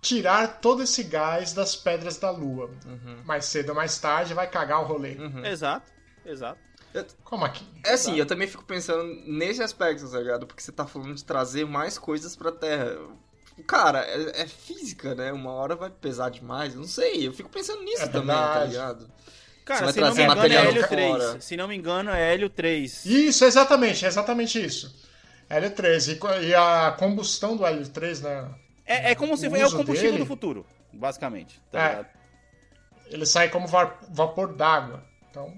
Speaker 2: tirar todo esse gás das pedras da Lua.
Speaker 3: Uhum.
Speaker 2: Mais cedo ou mais tarde vai cagar o rolê.
Speaker 3: Uhum.
Speaker 1: Exato, exato.
Speaker 2: Como aqui?
Speaker 3: É
Speaker 1: tá.
Speaker 3: assim, eu também fico pensando nesse aspecto, tá ligado? Porque você tá falando de trazer mais coisas pra Terra. Cara, é, é física, né? Uma hora vai pesar demais, eu não sei. Eu fico pensando nisso
Speaker 2: É
Speaker 3: também, tá
Speaker 2: verdade.
Speaker 3: ligado?
Speaker 1: Cara,
Speaker 3: vai
Speaker 1: se não me
Speaker 3: trazer
Speaker 1: engano é
Speaker 2: material
Speaker 1: Hélio
Speaker 2: de
Speaker 1: 3.
Speaker 3: fora.
Speaker 1: Se não me engano é Hélio 3.
Speaker 2: Isso, exatamente, exatamente isso. L3. E co- E a combustão do L3, né?
Speaker 1: É, é como se
Speaker 2: O
Speaker 1: é o
Speaker 2: uso
Speaker 1: combustível
Speaker 2: dele?
Speaker 1: do futuro, basicamente. Tá
Speaker 2: É.
Speaker 1: ligado?
Speaker 2: Ele sai como va- vapor d'água. Então,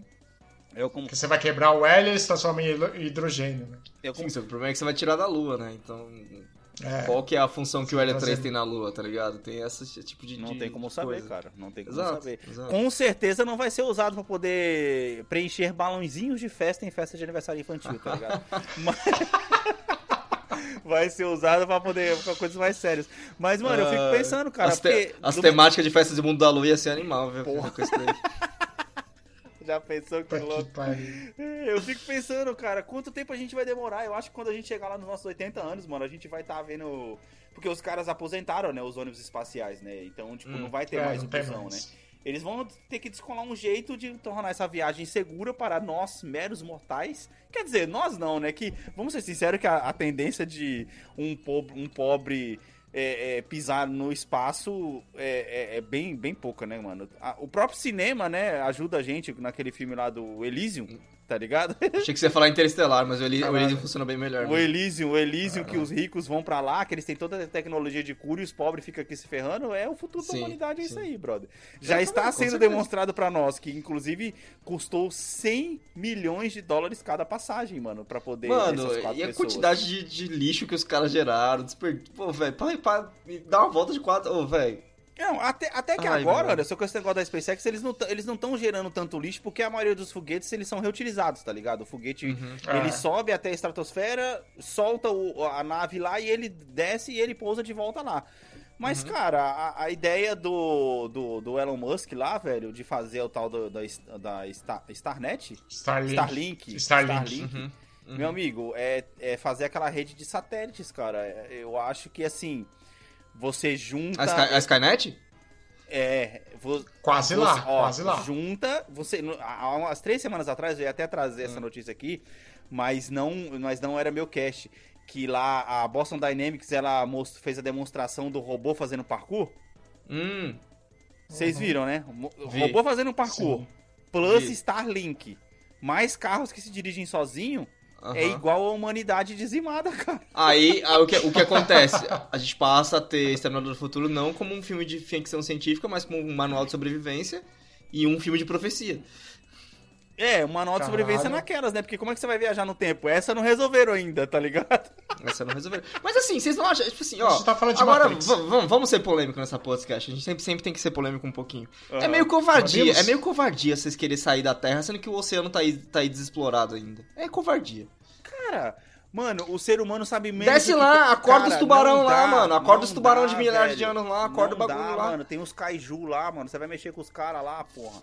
Speaker 1: É o com-
Speaker 2: porque você vai quebrar o hélio e se transforma em hidro- hidrogênio. Né?
Speaker 1: é o com-
Speaker 3: Sim, só que o problema é que você vai tirar da Lua, né? Então,
Speaker 2: É,
Speaker 3: qual que é a função que o Hélio 3
Speaker 2: Fazendo-
Speaker 3: tem na Lua, tá ligado? Tem essa esse tipo de
Speaker 1: Não
Speaker 3: de-
Speaker 1: tem como
Speaker 3: de
Speaker 1: saber,
Speaker 3: coisa.
Speaker 1: cara. Não tem como
Speaker 3: Exato,
Speaker 1: saber.
Speaker 3: exato.
Speaker 1: Com certeza não vai ser usado pra poder preencher balãozinhos de festa em festa de aniversário infantil, tá ligado? Mas- Vai ser usado pra poder pra coisas mais sérias. Mas, mano, eu
Speaker 3: Ah,
Speaker 1: fico pensando, cara,
Speaker 3: as, te-
Speaker 1: porque
Speaker 3: as
Speaker 1: do-
Speaker 3: temáticas de festas do mundo da lua ia ser animal, viu?
Speaker 1: Porra.
Speaker 3: Com esse daí.
Speaker 1: já pensou que
Speaker 3: Tá
Speaker 2: puta
Speaker 1: louco?
Speaker 2: que pariu.
Speaker 1: É, Eu fico pensando, cara, quanto tempo a gente vai demorar? Eu acho que quando a gente chegar lá nos nossos 80 anos, mano, a gente vai estar vendo. Porque os caras aposentaram, né? Os ônibus espaciais, né? Então, tipo,
Speaker 3: Hum.
Speaker 1: não vai ter
Speaker 2: É,
Speaker 1: mais
Speaker 2: não tem
Speaker 1: fusão, né?
Speaker 2: mais.
Speaker 1: Eles vão ter que descolar um jeito de tornar essa viagem segura para nós, meros mortais. Quer dizer, nós não, né? Que, vamos ser sinceros, que a, a tendência de um pobre, um pobre é, é, pisar no espaço é, é- é bem, bem pouca, né, mano? A- o próprio cinema, né, ajuda a gente naquele filme lá do Elysium, tá ligado?
Speaker 3: Achei que você ia falar interestelar, mas o Eli- o
Speaker 2: Caralho.
Speaker 3: Elysium funciona bem melhor.
Speaker 1: O
Speaker 3: né?
Speaker 1: Elysium, o Elysium que os ricos vão pra lá, que eles têm toda a tecnologia de cura e os pobres ficam aqui se ferrando, é o futuro da
Speaker 3: Sim,
Speaker 1: humanidade, é isso
Speaker 3: sim.
Speaker 1: aí, brother. Já
Speaker 3: É,
Speaker 1: está
Speaker 3: com
Speaker 1: sendo
Speaker 3: certeza.
Speaker 1: demonstrado pra nós que, inclusive, custou 100 milhões de dólares cada passagem, mano, pra poder
Speaker 3: Mano,
Speaker 1: essas
Speaker 3: e a
Speaker 1: quatro pessoas.
Speaker 3: quantidade de, de lixo que os caras geraram, desper... Pô, velho, pra, pra dar uma volta de quatro. Ô, velho.
Speaker 1: Não, até, até que
Speaker 3: Ai,
Speaker 1: agora,
Speaker 3: meu.
Speaker 1: olha, só com esse negócio da SpaceX, eles não tão- eles não estão gerando tanto lixo, porque a maioria dos foguetes, eles são reutilizados, tá ligado? O foguete
Speaker 3: Uhum,
Speaker 1: Ele
Speaker 2: É.
Speaker 1: sobe até a estratosfera, solta o- a nave lá e ele desce e ele pousa de volta lá. Mas, cara, a, a ideia do, do, do Elon Musk lá, velho, de fazer o tal do- da, es- da Sta- Starnet?
Speaker 2: Starlink.
Speaker 1: Starlink.
Speaker 2: Starlink.
Speaker 3: Uhum.
Speaker 1: Meu amigo, é, é fazer aquela rede de satélites, cara. É, Eu acho que, assim, você junta...
Speaker 3: A, Sky- a Skynet?
Speaker 1: É, vo-
Speaker 2: Quase
Speaker 1: Você-
Speaker 2: lá,
Speaker 1: ó,
Speaker 2: quase lá.
Speaker 1: Junta, você. no- Há umas três semanas atrás, eu ia até trazer
Speaker 2: É.
Speaker 1: essa notícia aqui, mas não, mas não era meu cast. Que lá a Boston Dynamics ela most- fez a demonstração do robô fazendo parkour.
Speaker 3: Hum.
Speaker 1: É Vocês viram, né? Mo-
Speaker 3: Vi.
Speaker 1: Robô fazendo parkour.
Speaker 2: Uhum. Sim.
Speaker 1: Plus
Speaker 3: Vi.
Speaker 1: Starlink. Mais carros que se dirigem sozinho
Speaker 3: aham.
Speaker 1: é igual a humanidade dizimada, cara.
Speaker 3: Aí, aí o, que, o que acontece? A gente passa a ter Exterminador do Futuro não como um filme de ficção científica, mas como um manual de sobrevivência e um filme de profecia.
Speaker 1: É, uma nota de
Speaker 2: Caralho.
Speaker 1: sobrevivência naquelas, né? Porque como é que você vai viajar no tempo? Essa não resolveram ainda, tá ligado?
Speaker 3: Essa não resolveu. Mas assim, vocês não acham? Tipo assim,
Speaker 2: A
Speaker 3: ó.
Speaker 2: gente tá falando de
Speaker 3: Agora,
Speaker 2: Matrix.
Speaker 3: va- va- vamos ser polêmico nessa podcast. A gente sempre, sempre tem que ser polêmico um pouquinho. É
Speaker 1: Aham.
Speaker 3: meio covardia.
Speaker 2: Podemos?
Speaker 3: É meio covardia vocês quererem sair da Terra, sendo que o oceano tá aí, tá aí desexplorado ainda. É covardia.
Speaker 1: Cara, mano, o ser humano sabe menos.
Speaker 3: Desce
Speaker 1: do que
Speaker 3: lá,
Speaker 1: tem-
Speaker 3: acorda
Speaker 1: Cara,
Speaker 3: os tubarão
Speaker 1: não
Speaker 3: lá,
Speaker 1: dá,
Speaker 3: mano. Acorda
Speaker 1: não
Speaker 3: os tubarão
Speaker 1: dá,
Speaker 3: de milhares de
Speaker 1: velho.
Speaker 3: anos lá, acorda o
Speaker 1: Não
Speaker 3: bagulho
Speaker 1: dá,
Speaker 3: lá.
Speaker 1: mano. Tem uns kaiju lá, mano. Você vai mexer com os caras lá, porra.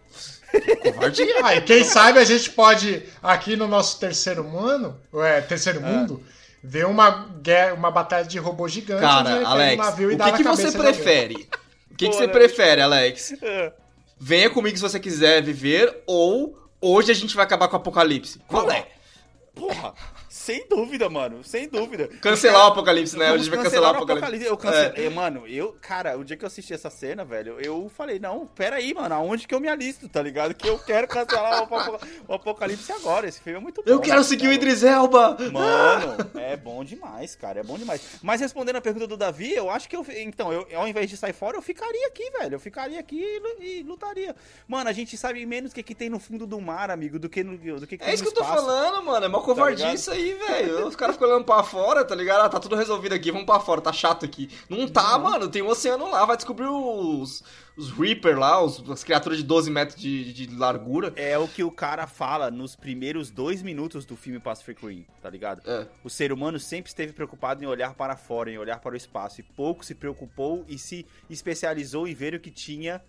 Speaker 3: Covardia.
Speaker 2: Ah, e quem sabe a gente pode, aqui no nosso terceiro mundo, é, terceiro mundo, ver uma, guerra, uma batalha de robô gigante. onde ele
Speaker 3: Cara,
Speaker 2: pega um
Speaker 3: Alex,
Speaker 2: navio e
Speaker 3: o
Speaker 2: dá
Speaker 3: que,
Speaker 2: na
Speaker 3: que você
Speaker 2: cabeça de alguém.
Speaker 3: prefere? O que, que
Speaker 1: Pô,
Speaker 3: você
Speaker 1: né?
Speaker 3: prefere, Alex? Venha comigo se você quiser viver ou hoje a gente vai acabar com o apocalipse. Qual é?
Speaker 1: Porra, sem dúvida, mano. Sem dúvida.
Speaker 3: Cancelar o apocalipse, né?
Speaker 1: Vamos
Speaker 3: Hoje a gente vai cancelar o apocalipse. É.
Speaker 1: Eu cancelei, mano, eu, cara, o dia que eu assisti essa cena, velho, eu falei, não, pera aí, mano, aonde que eu me alisto, tá ligado? Que eu quero cancelar o, apoca- o apocalipse agora. Esse filme é muito bom.
Speaker 3: Eu quero
Speaker 1: mano.
Speaker 3: seguir o Idris Elba!
Speaker 1: Mano, é bom demais, cara. É bom demais. Mas respondendo a pergunta do Davi, eu acho que eu. Então, eu, ao invés de sair fora, eu ficaria aqui, velho. Eu ficaria aqui e, lu- e lutaria. Mano, a gente sabe menos o que, que tem no fundo do mar, amigo, do que no. Do que que
Speaker 3: É
Speaker 1: tem
Speaker 3: isso que
Speaker 1: no
Speaker 3: eu tô
Speaker 1: espaço. Tá
Speaker 3: falando, mano. É mó covardia
Speaker 1: ligado?
Speaker 3: isso aí, velho. Os caras ficam olhando pra fora, tá ligado? Ah, tá tudo resolvido aqui, vamos pra fora, tá chato aqui. Não tá, mano. Tem um oceano lá, vai descobrir os, os Reaper lá, os, as criaturas de 12 metros de, de largura.
Speaker 1: É o que o cara fala nos primeiros dois minutos do filme Pacific Rim, tá ligado?
Speaker 3: É.
Speaker 1: O ser humano sempre esteve preocupado em olhar para fora, em olhar para o espaço, e pouco se preocupou e se especializou em ver o que tinha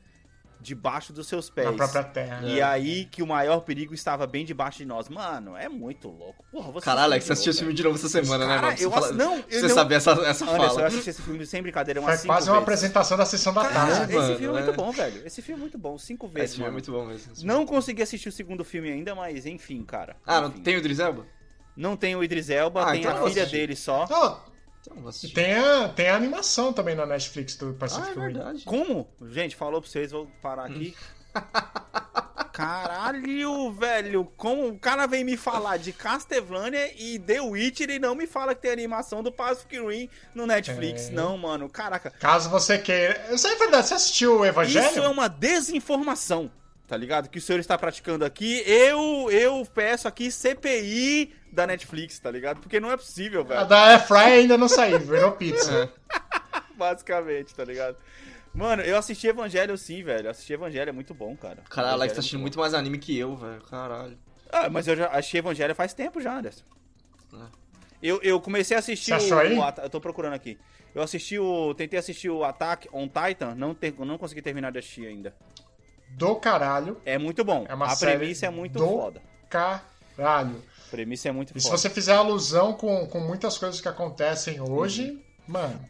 Speaker 1: debaixo dos seus pés.
Speaker 2: Na própria terra.
Speaker 3: é
Speaker 1: E aí que o maior perigo estava bem debaixo de nós. Mano, é muito louco. Porra, você
Speaker 3: Caralho, Alex, você assistiu esse
Speaker 1: louco,
Speaker 3: filme de novo essa semana,
Speaker 1: velho.
Speaker 3: né, mano?
Speaker 1: Cara,
Speaker 3: Você
Speaker 1: eu
Speaker 3: fala-
Speaker 1: ass... Não,
Speaker 3: pra
Speaker 1: eu
Speaker 3: você
Speaker 1: não...
Speaker 3: saber essa, essa
Speaker 1: Anderson, eu
Speaker 3: fala.
Speaker 1: assisti esse filme sem
Speaker 3: um
Speaker 1: brincadeira umas
Speaker 2: Foi
Speaker 3: assim
Speaker 1: cinco
Speaker 2: É quase uma
Speaker 1: vezes.
Speaker 2: apresentação né? da sessão da
Speaker 1: Cara,
Speaker 2: tarde.
Speaker 1: esse
Speaker 3: mano,
Speaker 1: filme é
Speaker 3: é.
Speaker 1: muito bom, velho. Esse filme é muito bom. Cinco vezes,
Speaker 3: Esse filme
Speaker 1: mano.
Speaker 3: é muito bom mesmo. esse filme.
Speaker 1: Não consegui assistir o segundo filme ainda, mas enfim, cara.
Speaker 3: Ah, não
Speaker 1: Enfim.
Speaker 3: tem o Idris Elba?
Speaker 1: Não tem o Idris Elba,
Speaker 3: Ah,
Speaker 1: tem
Speaker 3: então eu
Speaker 1: a
Speaker 3: vou
Speaker 1: filha
Speaker 3: assistir.
Speaker 1: dele só.
Speaker 2: Ó,
Speaker 3: Então eu vou
Speaker 2: e
Speaker 3: assistir.
Speaker 2: tem, a, tem a animação também na Netflix do
Speaker 3: Ah,
Speaker 2: Pacific
Speaker 3: é
Speaker 2: Rim.
Speaker 3: verdade.
Speaker 1: Como? Gente, falou pra vocês, vou parar aqui. Caralho, velho, como o cara vem me falar de Castlevania e The Witcher e não me fala que tem animação do Pacific Rim no Netflix,
Speaker 2: É.
Speaker 1: não, mano. Caraca,
Speaker 2: Caso você queira. Isso é verdade, você assistiu o Evangelho?
Speaker 3: um
Speaker 1: isso é uma desinformação, tá ligado? Que o senhor está praticando aqui. Eu eu peço aqui CPI da Netflix, tá ligado? Porque não é possível,
Speaker 2: A
Speaker 1: velho,
Speaker 2: da Air Fry ainda não saiu, virou pizza.
Speaker 3: É.
Speaker 1: basicamente, tá ligado? Mano, eu assisti Evangelho sim, velho. Assisti Evangelho, é muito bom, cara.
Speaker 3: Caralho,
Speaker 1: Evangelho
Speaker 3: Alex
Speaker 1: é
Speaker 3: tá assistindo muito mais anime que eu, velho. Caralho.
Speaker 1: Ah, mas eu já achei Evangelho faz tempo já, Anderson.
Speaker 3: Ah.
Speaker 1: Eu, eu comecei a assistir
Speaker 2: Você achou
Speaker 1: o,
Speaker 2: aí?
Speaker 1: o Ata- Eu tô procurando aqui. Eu assisti o. Tentei assistir o Attack on Titan, não, ter, não consegui terminar de assistir ainda.
Speaker 2: Do caralho.
Speaker 1: É muito bom.
Speaker 2: É uma
Speaker 1: a
Speaker 2: série
Speaker 1: premissa é muito
Speaker 2: do-
Speaker 1: foda.
Speaker 2: Caralho.
Speaker 1: A premissa é muito
Speaker 2: E se
Speaker 1: foda.
Speaker 2: você fizer alusão com, com muitas coisas que acontecem hoje, mano.
Speaker 1: Uhum.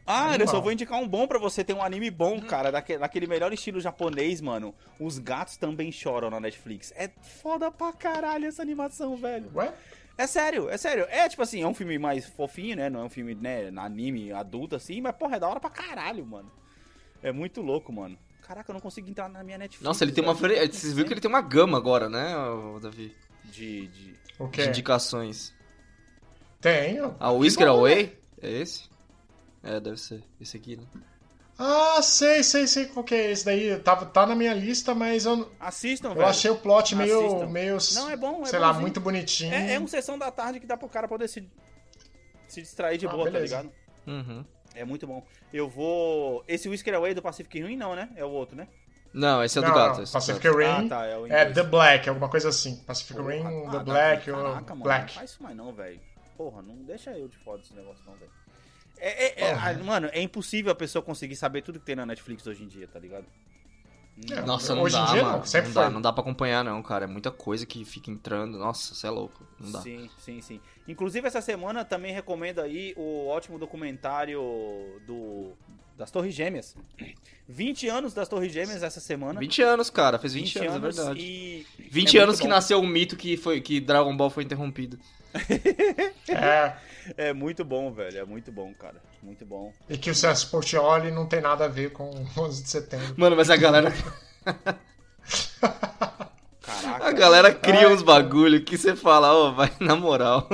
Speaker 1: Ah,
Speaker 2: animal.
Speaker 1: Anderson, eu vou indicar um bom pra você. Tem um anime bom, cara, daque- daquele melhor estilo japonês, mano. Os gatos também choram na Netflix. É foda pra caralho essa animação, velho.
Speaker 2: Ué?
Speaker 1: É sério, é sério. É tipo assim, é um filme mais fofinho, né? Não é um filme, né, anime adulto assim, mas porra, é da hora pra caralho, mano. É muito louco, mano. Caraca, eu não consigo entrar na minha Netflix.
Speaker 3: Nossa, ele tem uma.
Speaker 1: velho.
Speaker 3: vari- Vocês viram que ele tem uma gama agora, né, ô, Davi?
Speaker 1: De, de...
Speaker 2: O
Speaker 3: De
Speaker 2: quê?
Speaker 3: indicações.
Speaker 2: Tenho.
Speaker 3: A Whisker
Speaker 1: bom,
Speaker 3: Away?
Speaker 2: né?
Speaker 3: É esse? É, deve ser. Esse aqui, né?
Speaker 2: Ah, sei, sei, sei qual que é esse daí. Tava, tá na minha lista, mas eu,
Speaker 1: Assistam,
Speaker 2: eu
Speaker 1: velho.
Speaker 2: achei o plot meio.
Speaker 1: Assistam.
Speaker 2: meio
Speaker 1: Não, é bom, é
Speaker 2: sei lá,
Speaker 1: bonzinho.
Speaker 2: muito bonitinho.
Speaker 1: É, é um sessão da tarde que dá pro cara poder se, se distrair de
Speaker 2: Ah,
Speaker 1: boa,
Speaker 2: beleza.
Speaker 1: tá ligado?
Speaker 3: Uhum.
Speaker 1: É muito bom. Eu vou. Esse Whisker Away do Pacific Rim, não, né? É o outro, né?
Speaker 3: Não, esse é do
Speaker 2: Não,
Speaker 3: gato.
Speaker 2: não,
Speaker 3: esse é do
Speaker 2: Pacific
Speaker 3: gato.
Speaker 2: Rim.
Speaker 1: tá, é o
Speaker 2: É
Speaker 1: inglês.
Speaker 2: The Black, alguma coisa assim. Pacific
Speaker 1: Porra,
Speaker 2: Rim,
Speaker 1: ah,
Speaker 2: The
Speaker 1: Davi,
Speaker 2: Black ou
Speaker 1: caraca, mano, Não
Speaker 2: Black.
Speaker 1: faz isso mais não, velho. Porra, não deixa eu de fora desse negócio não, velho. É, é- é-
Speaker 2: Porra.
Speaker 1: ah, mano, é impossível a pessoa conseguir saber tudo que tem na Netflix hoje em dia, tá ligado?
Speaker 2: É,
Speaker 3: Nossa, não
Speaker 2: Hoje em
Speaker 3: dá,
Speaker 2: dia,
Speaker 3: mano.
Speaker 2: não, sempre
Speaker 3: dá,
Speaker 2: foi.
Speaker 3: não dá pra acompanhar, não, cara. É muita coisa que fica entrando. Nossa, você é louco. Não dá.
Speaker 1: Sim, sim, sim. Inclusive, essa semana também recomendo aí o ótimo documentário do das Torres Gêmeas. 20 anos das Torres Gêmeas essa semana.
Speaker 3: 20 anos, cara. Fez 20, anos, é verdade.
Speaker 1: e...
Speaker 3: 20
Speaker 1: é
Speaker 3: anos
Speaker 1: muito
Speaker 3: que
Speaker 1: bom.
Speaker 3: nasceu o mito que, foi, que Dragon Ball foi interrompido.
Speaker 2: É,
Speaker 1: É muito bom, velho. É muito bom, cara. Muito bom.
Speaker 2: e que o Celso Portioli não tem nada a ver com o 11 de setembro.
Speaker 3: Mano, mas a galera,
Speaker 1: Caraca.
Speaker 3: a galera cria
Speaker 2: Ai,
Speaker 3: uns bagulho que você fala, ó, vai na moral.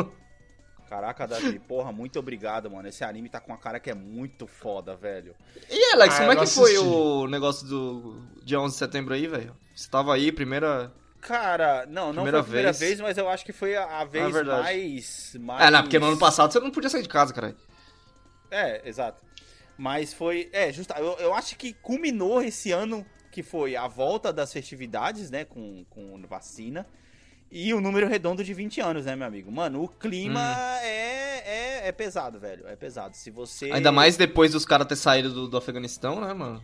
Speaker 1: Caraca, Davi, porra, muito obrigado, mano. Esse anime tá com uma cara que é muito foda, velho.
Speaker 3: E Alex,
Speaker 2: Ah,
Speaker 3: como
Speaker 2: eu
Speaker 3: é
Speaker 2: não
Speaker 3: que foi
Speaker 2: assisti.
Speaker 3: o negócio do dia 11 de setembro aí, velho? Você tava aí, primeira.
Speaker 1: Cara, não, não
Speaker 3: Primeira
Speaker 1: foi a primeira
Speaker 3: vez. Ah, é
Speaker 1: vez. mas eu acho que foi a, a vez
Speaker 3: verdade.
Speaker 1: mais, mais.
Speaker 3: Ah, não, porque no ano passado você não podia sair de casa, cara.
Speaker 1: É, exato. Mas foi. É, justa. Eu, eu acho que culminou esse ano que foi a volta das festividades, né? Com, com vacina. E o número redondo de 20 anos, né, meu amigo? Mano, o clima
Speaker 3: Hum.
Speaker 1: é, é, é pesado, velho. É pesado. Se você.
Speaker 3: Ainda mais depois dos caras ter saído do, do Afeganistão, né, mano?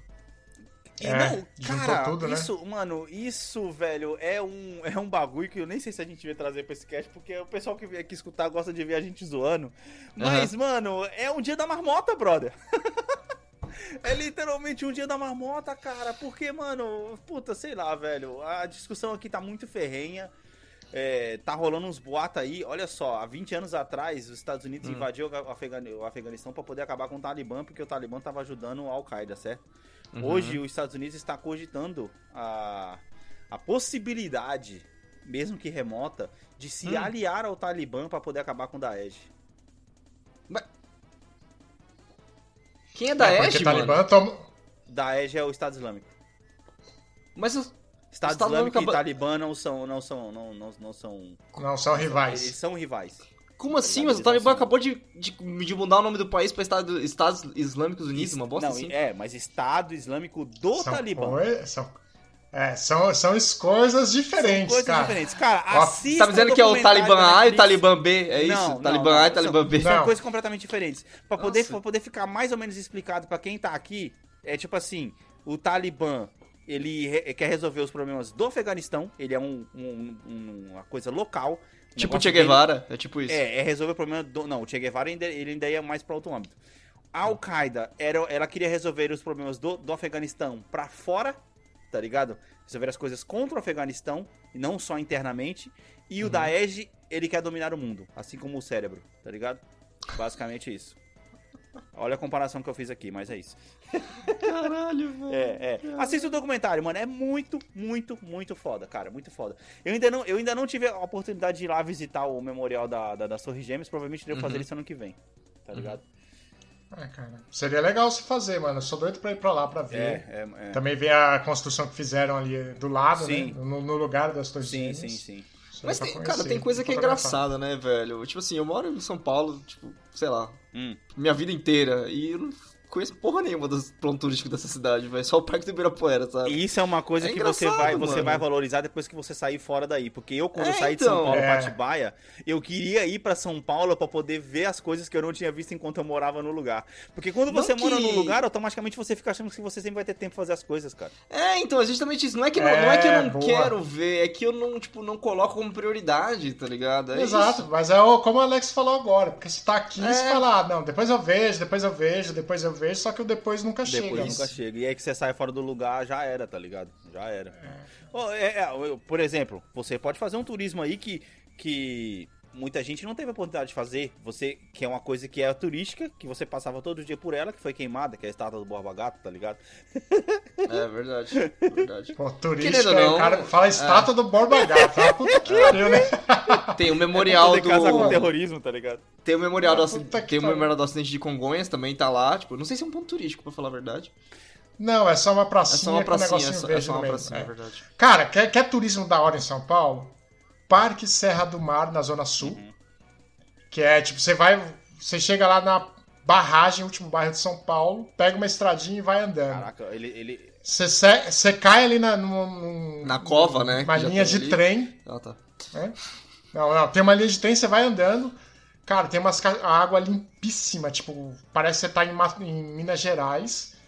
Speaker 1: E
Speaker 2: É,
Speaker 1: não,
Speaker 2: juntou
Speaker 1: cara,
Speaker 2: tudo, né?
Speaker 1: isso, mano, isso, velho, é um, é um bagulho que eu nem sei se a gente vai trazer pra esse cast, porque o pessoal que vem aqui escutar gosta de ver a gente zoando. Mas, mano, é um dia da marmota, brother. é literalmente um dia da marmota, cara, porque, mano, puta, sei lá, velho, a discussão aqui tá muito ferrenha. É, tá rolando uns boatos aí. Olha só, há 20 anos atrás, os Estados Unidos
Speaker 3: Hum.
Speaker 1: invadiu o Afegani- o Afeganistão pra poder acabar com o Talibã, porque o Talibã tava ajudando o Al-Qaeda, certo?
Speaker 3: Uhum.
Speaker 1: Hoje os Estados Unidos está cogitando a, a possibilidade, mesmo que remota, de se
Speaker 3: Hum.
Speaker 1: aliar ao Talibã para poder acabar com o Daesh.
Speaker 3: Quem é da
Speaker 2: é,
Speaker 3: Edge,
Speaker 2: porque
Speaker 3: mano?
Speaker 2: Talibã toma.
Speaker 1: Daesh é o Estado Islâmico.
Speaker 3: Mas os-
Speaker 1: Estado,
Speaker 3: Estado
Speaker 1: Islâmico,
Speaker 3: Islâmico acaba-
Speaker 1: e Talibã não são, não são, não, não, não são.
Speaker 2: Não, são
Speaker 1: Eles
Speaker 2: rivais.
Speaker 1: são rivais.
Speaker 3: como assim?
Speaker 1: ligado?
Speaker 3: Mas o
Speaker 1: Eles
Speaker 3: Talibã
Speaker 1: não são-
Speaker 3: acabou de, de, de mudar o nome do país pra Estado, Estados Islâmicos Unidos, uma bosta
Speaker 1: não,
Speaker 3: assim.
Speaker 1: é, mas Estado Islâmico do
Speaker 2: são
Speaker 1: Talibã.
Speaker 2: coi- são, é, são, são es- coisas
Speaker 1: São
Speaker 2: diferentes,
Speaker 1: coisas
Speaker 2: cara.
Speaker 1: diferentes. Cara,
Speaker 2: Ó,
Speaker 1: assista
Speaker 3: Você tá me dizendo que é o
Speaker 1: um documentário
Speaker 3: Talibã
Speaker 1: da
Speaker 3: A e
Speaker 1: Netflix.
Speaker 3: Talibã B? É isso?
Speaker 1: Não,
Speaker 3: Talibã
Speaker 1: não,
Speaker 3: A e
Speaker 1: não.
Speaker 3: Talibã B.
Speaker 1: São
Speaker 2: Não.
Speaker 1: coisas completamente diferentes. Pra poder,
Speaker 3: Nossa.
Speaker 1: pra poder ficar mais ou menos explicado pra quem tá aqui, é tipo assim, o Talibã, ele re- quer resolver os problemas do Afeganistão, ele é um, um- um- uma coisa local. um
Speaker 3: Tipo
Speaker 1: negócio
Speaker 3: Che
Speaker 1: dele-
Speaker 3: Guevara, é tipo isso.
Speaker 1: É, é resolver o problema do... Não, o Che Guevara ainda, ele ainda ia mais pra outro âmbito. A Al-Qaeda, era- ela queria resolver os problemas do, do Afeganistão pra fora, tá ligado? Resolver as coisas contra o Afeganistão, e não só internamente. E o
Speaker 3: Uhum.
Speaker 1: Daesh, ele quer dominar o mundo, assim como o cérebro, tá ligado? Basicamente isso. Olha a comparação que eu fiz aqui, mas é isso.
Speaker 3: Caralho, velho.
Speaker 1: É, é. Assista o documentário, mano. É muito, muito, muito foda, cara. Muito foda. Eu ainda não, eu ainda não tive a oportunidade de ir lá visitar o memorial da, da, das Torres Gêmeas. Provavelmente devo
Speaker 3: Uhum.
Speaker 1: fazer isso ano que vem. Tá ligado?
Speaker 2: Ah, cara. Seria legal se fazer, mano. Eu sou doido pra ir pra lá pra ver.
Speaker 1: É, é, é.
Speaker 3: Tá
Speaker 2: Também ver a construção que fizeram ali do lado,
Speaker 1: Sim.
Speaker 2: né? No, no lugar das torres.
Speaker 1: Sim,
Speaker 2: gêmeas.
Speaker 1: sim, sim.
Speaker 2: Só
Speaker 3: Mas,
Speaker 2: pra
Speaker 3: tem,
Speaker 2: conhecer,
Speaker 3: cara, tem coisa que é
Speaker 2: tá fotografar.
Speaker 3: engraçada, né, velho? Tipo assim, eu moro em São Paulo, tipo, sei lá,
Speaker 1: Hum.
Speaker 3: minha vida inteira, e eu não conheço porra nenhuma dos plano turístico dessa cidade, velho. Só o Parque do Ibirapuera, sabe?
Speaker 1: E isso é uma coisa
Speaker 3: É
Speaker 1: que você
Speaker 3: engraçado,
Speaker 1: vai, você
Speaker 3: mano.
Speaker 1: vai valorizar depois que você sair fora daí. Porque eu, quando
Speaker 3: É,
Speaker 1: saí de
Speaker 3: então.
Speaker 1: São Paulo
Speaker 2: É.
Speaker 1: pra Atibaia, eu queria ir pra São Paulo pra poder ver as coisas que eu não tinha visto enquanto eu morava no lugar. Porque quando
Speaker 3: Não
Speaker 1: você mora
Speaker 3: que-
Speaker 1: no lugar, automaticamente você fica achando que você sempre vai ter tempo pra fazer as coisas, cara.
Speaker 3: É, então, é justamente isso. Não é que, não,
Speaker 2: É,
Speaker 3: não é que eu não
Speaker 2: boa.
Speaker 3: quero ver, é que eu não, tipo, não coloco como prioridade, tá ligado? É
Speaker 2: Exato, mas é o- como o Alex falou agora, porque você tá aqui
Speaker 3: É.
Speaker 2: e você fala, ah, não, depois eu vejo, depois eu vejo, depois eu vejo, só que o depois nunca
Speaker 1: Depois
Speaker 2: chega.
Speaker 1: nunca chega. E aí que você sai fora do lugar, já era, tá ligado? Já era. Ó, é, é, eu- por exemplo, você pode fazer um turismo aí que, que muita gente não teve a oportunidade de fazer. Você, que é uma coisa que é turística, que você passava todo dia por ela, que foi queimada, que é a estátua do Borba Gato, tá ligado?
Speaker 3: isso. É verdade, verdade.
Speaker 2: Pô,
Speaker 3: Querendo
Speaker 2: turística,
Speaker 3: ou
Speaker 2: aí
Speaker 3: não, é.
Speaker 2: o cara fala estátua do Borba Gato, ah, puta que pariu, né?
Speaker 3: Tem o memorial
Speaker 1: é pra poder casar com
Speaker 3: do...
Speaker 1: terrorismo, tá ligado?
Speaker 3: Tem o memorial do, ac-
Speaker 2: Puta que
Speaker 3: tem o
Speaker 2: pariu.
Speaker 3: memorial do acidente de Congonhas também, tá lá. Tipo, não sei se é um ponto turístico, pra falar a verdade.
Speaker 2: Não, é só uma
Speaker 3: É
Speaker 2: pracinha
Speaker 3: só uma
Speaker 2: com um
Speaker 3: pracinha, é
Speaker 2: negocinho
Speaker 3: só, é
Speaker 2: verde
Speaker 3: só
Speaker 2: no
Speaker 3: uma
Speaker 2: meio.
Speaker 3: pracinha, é
Speaker 2: É.
Speaker 3: verdade.
Speaker 2: Cara, quer, quer turismo da hora em São Paulo? Parque Serra do Mar, na Zona Sul.
Speaker 3: Uhum.
Speaker 2: Que é tipo, você vai. Você chega lá na barragem, último bairro de São Paulo, pega uma estradinha e vai
Speaker 3: É.
Speaker 2: andando.
Speaker 1: Caraca, ele. ele...
Speaker 2: Você, se- você cai ali na, num- num-
Speaker 3: Na cova, né,
Speaker 2: Uma
Speaker 3: que já
Speaker 2: linha
Speaker 3: tem
Speaker 2: de
Speaker 3: ali.
Speaker 2: trem.
Speaker 3: Ah, tá.
Speaker 2: né? Não, não, tem uma linha de trem, você vai andando. Cara, tem umas ca- a água limpíssima, tipo, parece que você tá em, Ma- em Minas Gerais.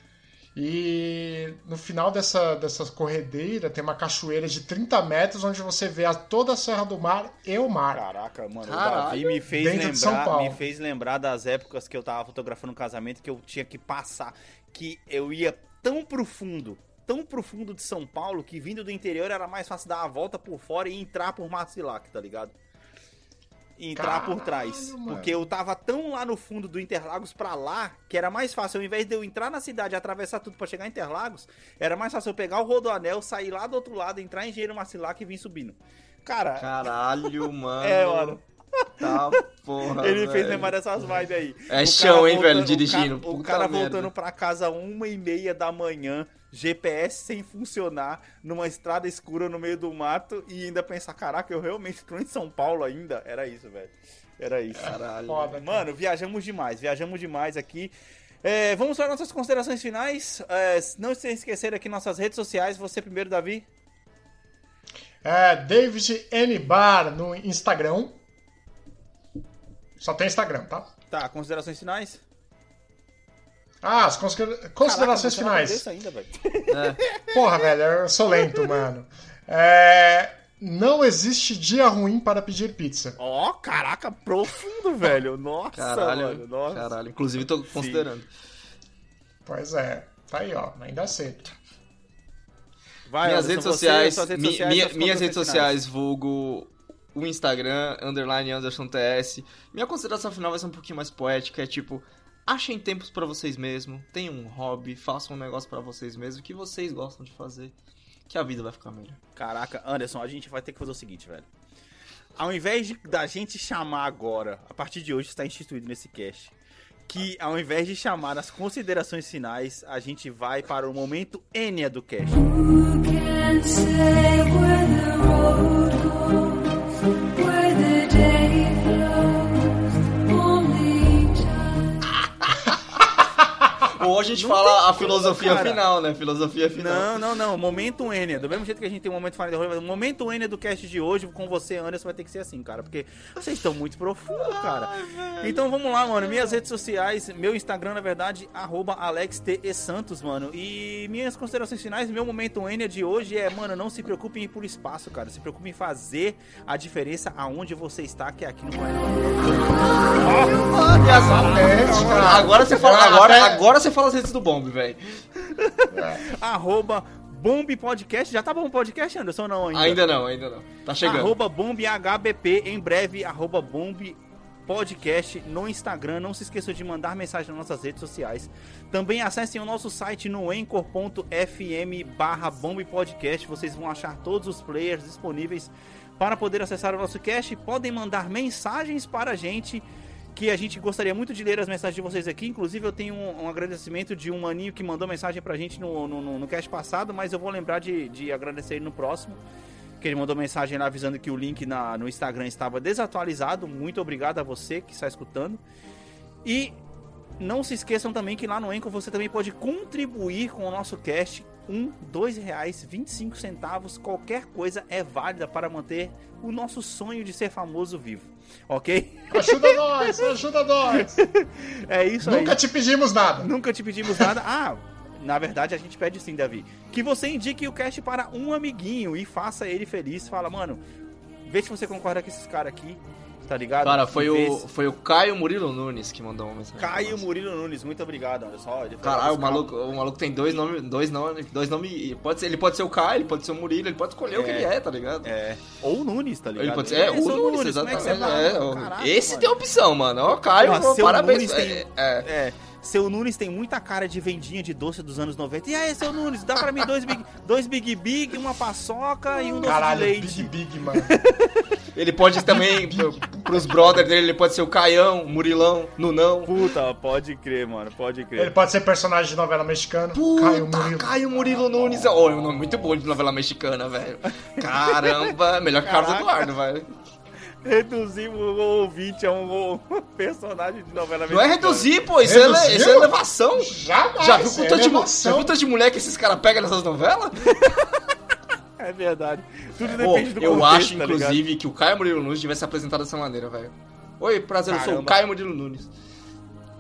Speaker 2: E no final dessa, dessa corredeira tem uma cachoeira de 30 metros onde você vê a, toda a Serra do Mar e o mar.
Speaker 1: Caraca, mano,
Speaker 3: Caralho.
Speaker 1: o Davi me fez
Speaker 2: Dentro de São
Speaker 1: lembrar.
Speaker 2: Paulo.
Speaker 1: Me fez lembrar das épocas que eu tava fotografando um casamento que eu tinha que passar. Que eu ia tão profundo, tão profundo de São Paulo, que vindo do interior era mais fácil dar a volta por fora e entrar por Marcilac, tá ligado? E entrar por
Speaker 2: Caralho,
Speaker 1: trás.
Speaker 2: mano.
Speaker 1: Porque eu tava tão lá no fundo do Interlagos pra lá, que era mais fácil, ao invés de eu entrar na cidade e atravessar tudo pra chegar em Interlagos, era mais fácil eu pegar o Rodoanel, sair lá do outro lado, entrar em Engenheiro Marcilac e vir subindo. Cara,
Speaker 3: Caralho, mano.
Speaker 1: É, mano.
Speaker 3: Tá, porra,
Speaker 1: Ele me fez
Speaker 3: velho.
Speaker 1: lembrar dessas vibes aí.
Speaker 3: É
Speaker 1: O
Speaker 3: chão,
Speaker 1: cara
Speaker 3: hein, velho,
Speaker 1: voltando-
Speaker 3: dirigindo.
Speaker 1: O cara, o
Speaker 3: Puta
Speaker 1: cara
Speaker 3: merda.
Speaker 1: voltando pra casa uma e meia da manhã, GPS sem funcionar, numa estrada escura no meio do mato e ainda pensar, caraca, eu realmente tô em São Paulo ainda? Era isso, velho. Era isso.
Speaker 3: Caralho.
Speaker 2: Foda, cara.
Speaker 1: Mano, viajamos demais, viajamos demais aqui. É, vamos para nossas considerações finais. É, não se esquecer aqui nossas redes sociais. Você primeiro, Davi.
Speaker 2: É, David N. Bar no Instagram. Só tem Instagram, tá?
Speaker 1: Tá, considerações finais.
Speaker 2: Ah, as considera- considerações
Speaker 1: Caraca, eu não
Speaker 2: finais.
Speaker 1: agradeço ainda, velho.
Speaker 2: Porra, velho, eu sou lento, mano. É, não existe dia ruim para pedir pizza.
Speaker 1: Ó, caraca, profundo, velho. Nossa,
Speaker 3: Caralho,
Speaker 1: mano. Nossa.
Speaker 3: caralho. Inclusive, tô considerando.
Speaker 2: Pois é, tá aí, ó, ainda aceito.
Speaker 1: Vai,
Speaker 3: minhas
Speaker 1: Ah, Anderson,
Speaker 3: redes
Speaker 1: você,
Speaker 3: sociais,
Speaker 1: suas redes
Speaker 3: mi-
Speaker 1: sociais,
Speaker 3: minha-
Speaker 1: suas
Speaker 3: minhas
Speaker 1: contas
Speaker 3: redes
Speaker 1: profissionais.
Speaker 3: sociais, vulgo o Instagram, underline Anderson TS. Minha consideração final vai ser um pouquinho mais poética, é tipo, achem tempos pra vocês mesmos, tenham um hobby, façam um negócio pra vocês mesmos, que vocês gostam de fazer, que a vida vai ficar melhor.
Speaker 1: Caraca, Anderson, a gente vai ter que fazer o seguinte, velho. Ao invés de, da gente chamar agora, a partir de hoje está instituído nesse cast, que ao invés de chamar as considerações finais, a gente vai para o momento Enya do cast.
Speaker 4: Who can say where the road goes, where the day flows? Only time.
Speaker 3: Ou a gente
Speaker 1: Não tem
Speaker 3: fala a
Speaker 1: como,
Speaker 3: filosofia
Speaker 1: cara.
Speaker 3: final, né? Filosofia final.
Speaker 1: Não, não, não. Momento Enya. Do mesmo jeito que a gente tem um momento final de rolê, mas o momento Enya do cast de hoje, com você, Anderson, vai ter que ser assim, cara. Porque vocês estão muito profundos, cara. então vamos lá, mano. Minhas redes sociais, meu Instagram, na verdade, arroba AlexTESantos, mano. E minhas considerações finais, meu momento Enya de hoje é, mano, não se preocupe em ir por espaço, cara. Se preocupe em fazer a diferença aonde você está, que é aqui no Guarani.
Speaker 3: Ah, que azar.
Speaker 2: Atlético, cara.
Speaker 3: Agora você fala,
Speaker 1: Ah,
Speaker 3: agora,
Speaker 2: Até-
Speaker 3: agora você fala as redes do Bomb, velho.
Speaker 1: Arroba Bombe Podcast. Já tá bom o podcast, Anderson, ou não Ah,
Speaker 3: Ainda não, ainda não. Tá chegando.
Speaker 1: Arroba Bombe HBP, em breve, arroba Bombe Podcast no Instagram. Não se esqueça de mandar mensagem nas nossas redes sociais. Também acessem o nosso site no anchor.fm barra Bombe Podcast. Vocês vão achar todos os players disponíveis para poder acessar o nosso cast. Podem mandar mensagens para a gente que a gente gostaria muito de ler as mensagens de vocês aqui. Inclusive, eu tenho um, um agradecimento de um maninho que mandou mensagem pra gente no, no, no, no cast passado, mas eu vou lembrar de, de agradecer ele no próximo. Que ele mandou mensagem lá avisando que o link na, no Instagram estava desatualizado. Muito obrigado a você que está escutando. E não se esqueçam também que lá no Enco você também pode contribuir com o nosso cast. Um, dois reais, vinte e cinco centavos, qualquer coisa é válida para manter o nosso sonho de ser famoso vivo, ok?
Speaker 2: Ajuda nós, ajuda nós.
Speaker 1: É isso aí.
Speaker 2: Nunca te pedimos nada.
Speaker 1: Nunca te pedimos nada. Ah, na verdade a gente pede sim, Davi. Que você indique o cast para um amiguinho e faça ele feliz. Fala, mano, vê se você concorda com esses caras aqui, tá ligado?
Speaker 3: Cara, foi
Speaker 1: Vê
Speaker 3: o,
Speaker 1: se-
Speaker 3: foi o Caio Murilo Nunes que mandou uma mensagem.
Speaker 1: Caio Murilo Nunes, muito obrigado, olha só. Ele foi
Speaker 3: Caralho, o
Speaker 1: buscar-
Speaker 3: maluco, o maluco tem dois nomes, dois nomes, dois nomes, e pode ser, ele pode ser o Caio, ele pode ser o Murilo, ele pode escolher o que
Speaker 1: É.
Speaker 3: ele é, tá ligado?
Speaker 1: É. Ou o Nunes, tá ligado?
Speaker 3: Ele pode ser, é, o
Speaker 1: Esse
Speaker 3: Nunes,
Speaker 1: como é que
Speaker 3: exatamente.
Speaker 1: você fala?
Speaker 3: é, o-
Speaker 1: Caraca,
Speaker 3: esse
Speaker 1: mano.
Speaker 3: tem opção, mano. Ó, Caio,
Speaker 1: Nossa, seu
Speaker 3: parabéns.
Speaker 1: Nunes tem-
Speaker 3: É, é.
Speaker 1: É, seu Nunes tem muita cara de vendinha de doce dos anos 90. E aí, seu Nunes, dá pra mim dois Big dois big, big, uma paçoca e um doce
Speaker 2: Caralho,
Speaker 1: de leite.
Speaker 2: Big Big, mano.
Speaker 3: Ele pode também, pro- pros brothers dele, ele pode ser o Caião, Murilão, Nunão.
Speaker 1: Puta, pode crer, mano, pode crer.
Speaker 2: Ele pode ser personagem de novela mexicana.
Speaker 3: Puta,
Speaker 2: Caio
Speaker 3: Caio
Speaker 2: Murilo.
Speaker 3: Murilo, Nunes. Ó, é um nome muito bom de novela mexicana, velho. Caramba, melhor que Carlos
Speaker 1: Caraca.
Speaker 3: Eduardo, velho.
Speaker 1: Reduzir o ouvinte a um um personagem de novela
Speaker 3: Não é
Speaker 1: mexicana.
Speaker 3: reduzir, pô, isso, é,
Speaker 2: Reduziu?
Speaker 3: ele- isso é elevação.
Speaker 2: Jamais.
Speaker 3: Já viu, com
Speaker 2: é
Speaker 3: tanto de, mu- já
Speaker 2: elevação.
Speaker 3: viu tanto de mulher que esses caras pegam nessas novelas?
Speaker 1: É verdade. Tudo
Speaker 3: Pô,
Speaker 1: depende do
Speaker 3: eu
Speaker 1: contexto,
Speaker 3: acho,
Speaker 1: tá ligado?
Speaker 3: inclusive, que o Caio Murilo Nunes devia ser apresentado dessa maneira, velho. Oi, prazer, eu sou o
Speaker 1: Caramba.
Speaker 3: Caio Murilo Nunes.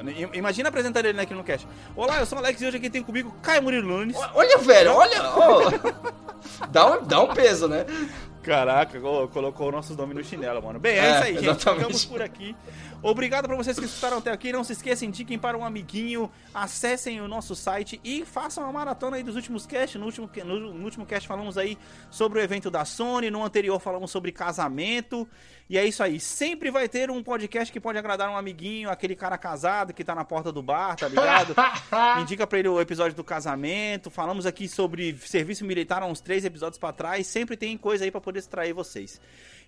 Speaker 1: I- Imagina apresentar ele aqui no cast. Olá, eu sou o Alex e hoje aqui tem comigo Caio Murilo Nunes.
Speaker 3: O- Olha, velho, olha. ó. dá, um, dá um peso, né?
Speaker 1: Caraca, co- colocou o nosso nome no chinelo, mano. Bem, é,
Speaker 3: É,
Speaker 1: isso aí, gente.
Speaker 3: exatamente.
Speaker 1: Ficamos por aqui. Obrigado pra vocês que escutaram até aqui. Não se esqueçam, indiquem para um amiguinho, acessem o nosso site e façam uma maratona aí dos últimos cast. No último, ca- no, no último cast falamos aí sobre o evento da Sony, no anterior falamos sobre casamento. E é isso aí. Sempre vai ter um podcast que pode agradar um amiguinho, aquele cara casado que tá na porta do bar, tá ligado? Indica pra ele o episódio do casamento. Falamos aqui sobre serviço militar há uns três episódios pra trás. Sempre tem coisa aí pra poder distrair vocês.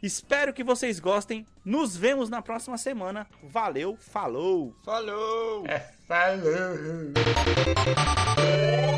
Speaker 1: Espero que vocês gostem. Nos vemos na próxima semana. Valeu, falou!
Speaker 2: né?
Speaker 3: Falou.
Speaker 2: É, falou.